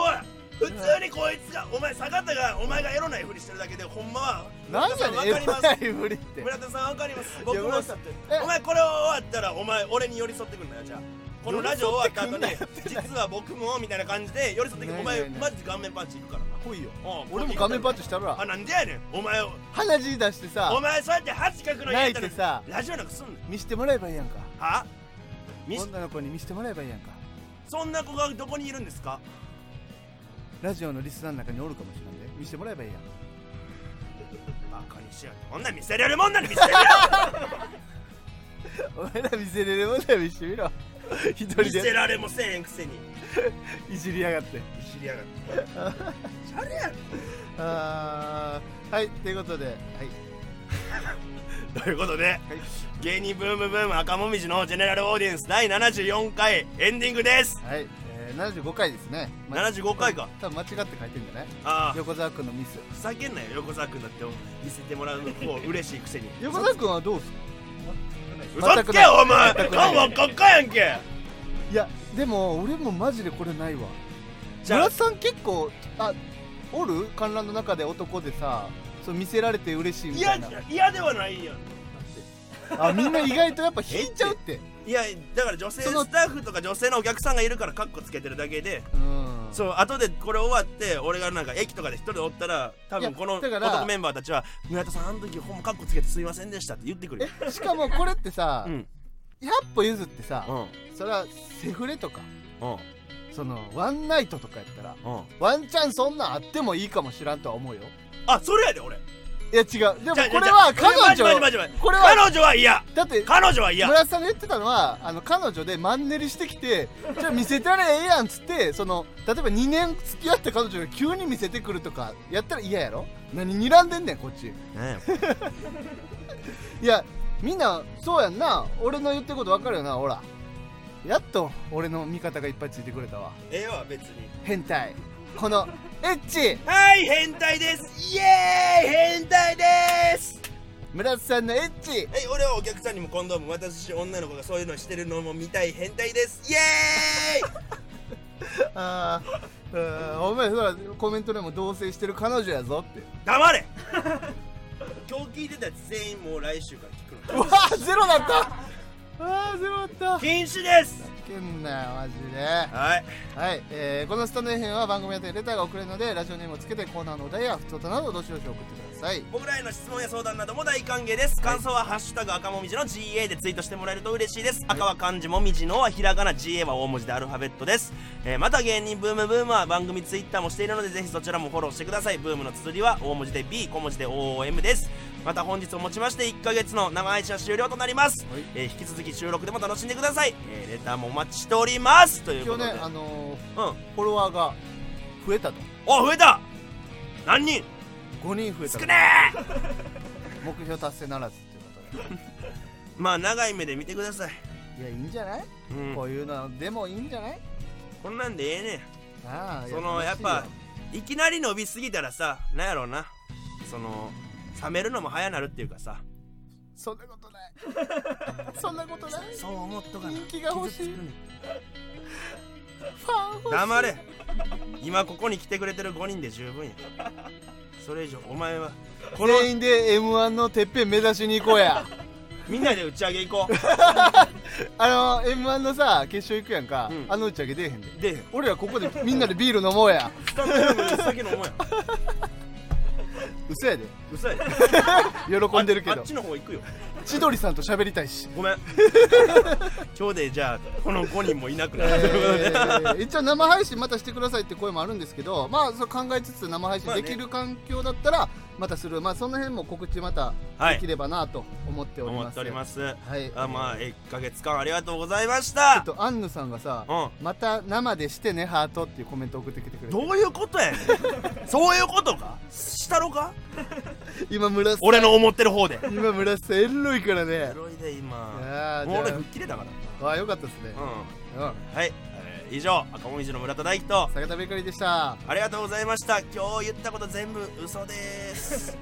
Speaker 2: 普通にこいつがお前坂田がお前がエロないふりしてるだけでほんまは
Speaker 1: なんやねん、エ
Speaker 2: 村
Speaker 1: ロ
Speaker 2: 田さんわか
Speaker 1: な
Speaker 2: り
Speaker 1: いふりって
Speaker 2: ます。村田さんわかります僕も
Speaker 1: いや村田さんえ
Speaker 2: お前これ終わったらお前俺に寄り添ってくるんだよじゃあこのラジオ終わった後に実は僕もみたいな感じで寄り添ってくるお
Speaker 1: ない
Speaker 2: 前
Speaker 1: ないない
Speaker 2: マジで顔面パンチいくからな
Speaker 1: 来いよ。
Speaker 2: うん
Speaker 1: 俺も画面パッチしたる
Speaker 2: あ
Speaker 1: わ。
Speaker 2: なんでやねんお前
Speaker 1: 鼻血出して
Speaker 2: お
Speaker 1: さ、
Speaker 2: 前そうやって恥かくのや
Speaker 1: 泣
Speaker 2: っ
Speaker 1: い
Speaker 2: た
Speaker 1: て
Speaker 2: ら
Speaker 1: さ、
Speaker 2: ラジオなんかすんの
Speaker 1: 見してもらえばいいやんか。
Speaker 2: は見し
Speaker 1: 女の子に見してもらえばいいやんか。
Speaker 2: そんな子がどこにいるんですか
Speaker 1: ラジオのリスナーの中におるかもしれんで、見してもらえばいいやん。
Speaker 2: バカにしやがってこんなん見せれるもんなに見せれる
Speaker 1: [laughs] お前ら見せれるもんなら見してみ [laughs] ろ。一人
Speaker 2: 見せ
Speaker 1: で
Speaker 2: られもせえへんくせに
Speaker 1: いじりやがって。
Speaker 2: 知りやがってシャレやろ
Speaker 1: あー、はい、ということで、はい。
Speaker 2: ということで、芸人ブームブーム赤もみじのジェネラルオーディエンス第74回エンディングです
Speaker 1: はい、えー、75回ですね。ま
Speaker 2: 75回か。
Speaker 1: 多分間違って書いてんじゃない
Speaker 2: ああ
Speaker 1: 横澤君のミス。
Speaker 2: ふざけんなよ横澤君だって見せてもらうのもう嬉しいくせに
Speaker 1: 横澤君はどうす
Speaker 2: 嘘
Speaker 1: 全
Speaker 2: つ
Speaker 1: く
Speaker 2: け
Speaker 1: ない
Speaker 2: よお
Speaker 1: 全
Speaker 2: 前
Speaker 1: くない
Speaker 2: 顔真っ赤っかやんけ
Speaker 1: いや、でも俺もマジでこれないわ。
Speaker 2: じゃ
Speaker 1: 村
Speaker 2: あ
Speaker 1: 田さん結構、あ、おる観覧の中で男でさ、そう見せられて嬉しいみた
Speaker 2: 嫌
Speaker 1: いな。
Speaker 2: 嫌ではないやん
Speaker 1: あ、みんな意外とやっぱ引いちゃうって。
Speaker 2: いやだから女性
Speaker 1: その
Speaker 2: スタッフとか女性のお客さんがいるからカッコつけてるだけで
Speaker 1: うん。
Speaker 2: そう後でこれ終わって俺がなんか駅とかで一人でおったら多分この
Speaker 1: いやだから
Speaker 2: 男メンバーたちは「村田さんあの時ほんまカッコつけてすいませんでした」って言ってくるよ
Speaker 1: えしかもこれってさ、
Speaker 2: [laughs] うん
Speaker 1: 100歩譲ってさ、
Speaker 2: うん
Speaker 1: それはセフレとか
Speaker 2: うん
Speaker 1: そのワンナイトとかやったら
Speaker 2: うん
Speaker 1: ワンチャンそんなんあってもいいかもしらんとは思うよ
Speaker 2: あそれやで俺
Speaker 1: いや違うでも
Speaker 2: じゃあ
Speaker 1: これは
Speaker 2: じゃあ
Speaker 1: 彼
Speaker 2: じゃ
Speaker 1: 女
Speaker 2: あ待って待って待って
Speaker 1: これは
Speaker 2: 彼女は嫌
Speaker 1: だって
Speaker 2: 彼女は嫌
Speaker 1: 村田さんが言ってたのはあの彼女でマンネリしてきてじゃあ見せたらええやんっつってその例えば2年付き合った彼女が急に見せてくるとかやったら嫌やろ何睨んでんねんこっちいやみんなそうやんな俺の言ってること分かるよなほらやっと俺の味方がいっぱいついてくれたわ
Speaker 2: ええわ別に
Speaker 1: 変態このエッチ
Speaker 2: はい変態ですイエーイ変態です
Speaker 1: 村田さんのエッチ
Speaker 2: はい俺はお客さんにもコンドーム渡すし女の子がそういうのしてるのも見たい変態ですイエーイ
Speaker 1: あーあーお前そらコメントでも同棲してる彼女やぞって
Speaker 2: 黙れ今日聞いてたやつ全員もう来週から聞く
Speaker 1: う
Speaker 2: の
Speaker 1: わーゼロだったあーゼロだった
Speaker 2: 禁止です
Speaker 1: けんなよマジで
Speaker 2: はい
Speaker 1: はい、えーこのスタンド FM は番組宛てにレターが送れるのでラジオネームをつけてコーナーのお題や普通となどどしどし送ってください
Speaker 2: 僕らへの質問や相談なども大歓迎です感想は「ハッシュタグ赤もみじの GA」でツイートしてもらえると嬉しいです赤は漢字もみじのはひらがな GA は大文字でアルファベットです、えーまた芸人ブームブームは番組ツイッターもしているのでぜひそちらもフォローしてくださいブームの綴りは大文字で B 小文字で OOM ですまた本日をもちまして1ヶ月の生配信は終了となります、
Speaker 1: はい
Speaker 2: えー引き続き収録でも楽しんでください、えーレターもお待ちしておりますという
Speaker 1: 今
Speaker 2: こと
Speaker 1: 日
Speaker 2: で
Speaker 1: ねあの
Speaker 2: うん
Speaker 1: ーフォロワーが増えたと
Speaker 2: お増えた何人
Speaker 1: 5人増えた
Speaker 2: 少
Speaker 1: と
Speaker 2: ねえ
Speaker 1: 目標達成ならずっていうこと
Speaker 2: まあ長い目で見てください、
Speaker 1: でいやいいんじゃない、
Speaker 2: うん
Speaker 1: こ、ういうのでもいいんじゃない
Speaker 2: こんなんでええねん
Speaker 1: ああ
Speaker 2: そのやっぱいきなり伸びすぎたらさなんやろうなその冷めるのも早なるっていうかさ
Speaker 1: そんなことないそんなことない [laughs]
Speaker 2: そう思っとかな
Speaker 1: 人気が欲しい
Speaker 2: 傷つくね
Speaker 1: ファン欲しい
Speaker 2: 黙れ今ここに来てくれてる5人で十分やそれ以上お前はこの
Speaker 1: 全員で m 1のてっぺん目指しに行こう
Speaker 2: [laughs]
Speaker 1: や
Speaker 2: みんなで打ち上げ行こ
Speaker 1: あの m 1のさ決勝行くやんか、
Speaker 2: うん
Speaker 1: あの打ち上げ出えへんで
Speaker 2: うで
Speaker 1: 俺らここでみんなでビール飲もうや
Speaker 2: スタッフルームに先の思いや
Speaker 1: 嘘やで
Speaker 2: 嘘やで
Speaker 1: 喜んでるけ
Speaker 2: あ
Speaker 1: ど
Speaker 2: っちの方行くよ
Speaker 1: 千鳥さんと喋りたいし [laughs]
Speaker 2: ごめん今日でじゃあこの5人もいなく
Speaker 1: え
Speaker 2: なるということで
Speaker 1: ー一応生配信またしてくださいって声もあるんですけどまあそう考えつつ生配信できる環境だったらまたするまあその辺も告知また
Speaker 2: は
Speaker 1: でき
Speaker 2: い
Speaker 1: ればなと思っております、
Speaker 2: 思っております
Speaker 1: はい
Speaker 2: あまあ1ヶ月間ありがとうございました
Speaker 1: ちょっとアンヌさんがさ、
Speaker 2: うん
Speaker 1: また生でしてねハートっていうコメント送ってきてくれて
Speaker 2: どういうことやねんそういうことかしたろか
Speaker 1: 今村瀬
Speaker 2: 俺の思ってる方で
Speaker 1: 今村瀬エロいからね
Speaker 2: ロいで今
Speaker 1: あ
Speaker 2: もう俺吹っ切れだから
Speaker 1: ああよかったですね
Speaker 2: うん
Speaker 1: うん
Speaker 2: はい、えー以上赤もみじの村田大樹と
Speaker 1: 坂田ベーカリーでした
Speaker 2: ありがとうございました今日言ったこと全部嘘です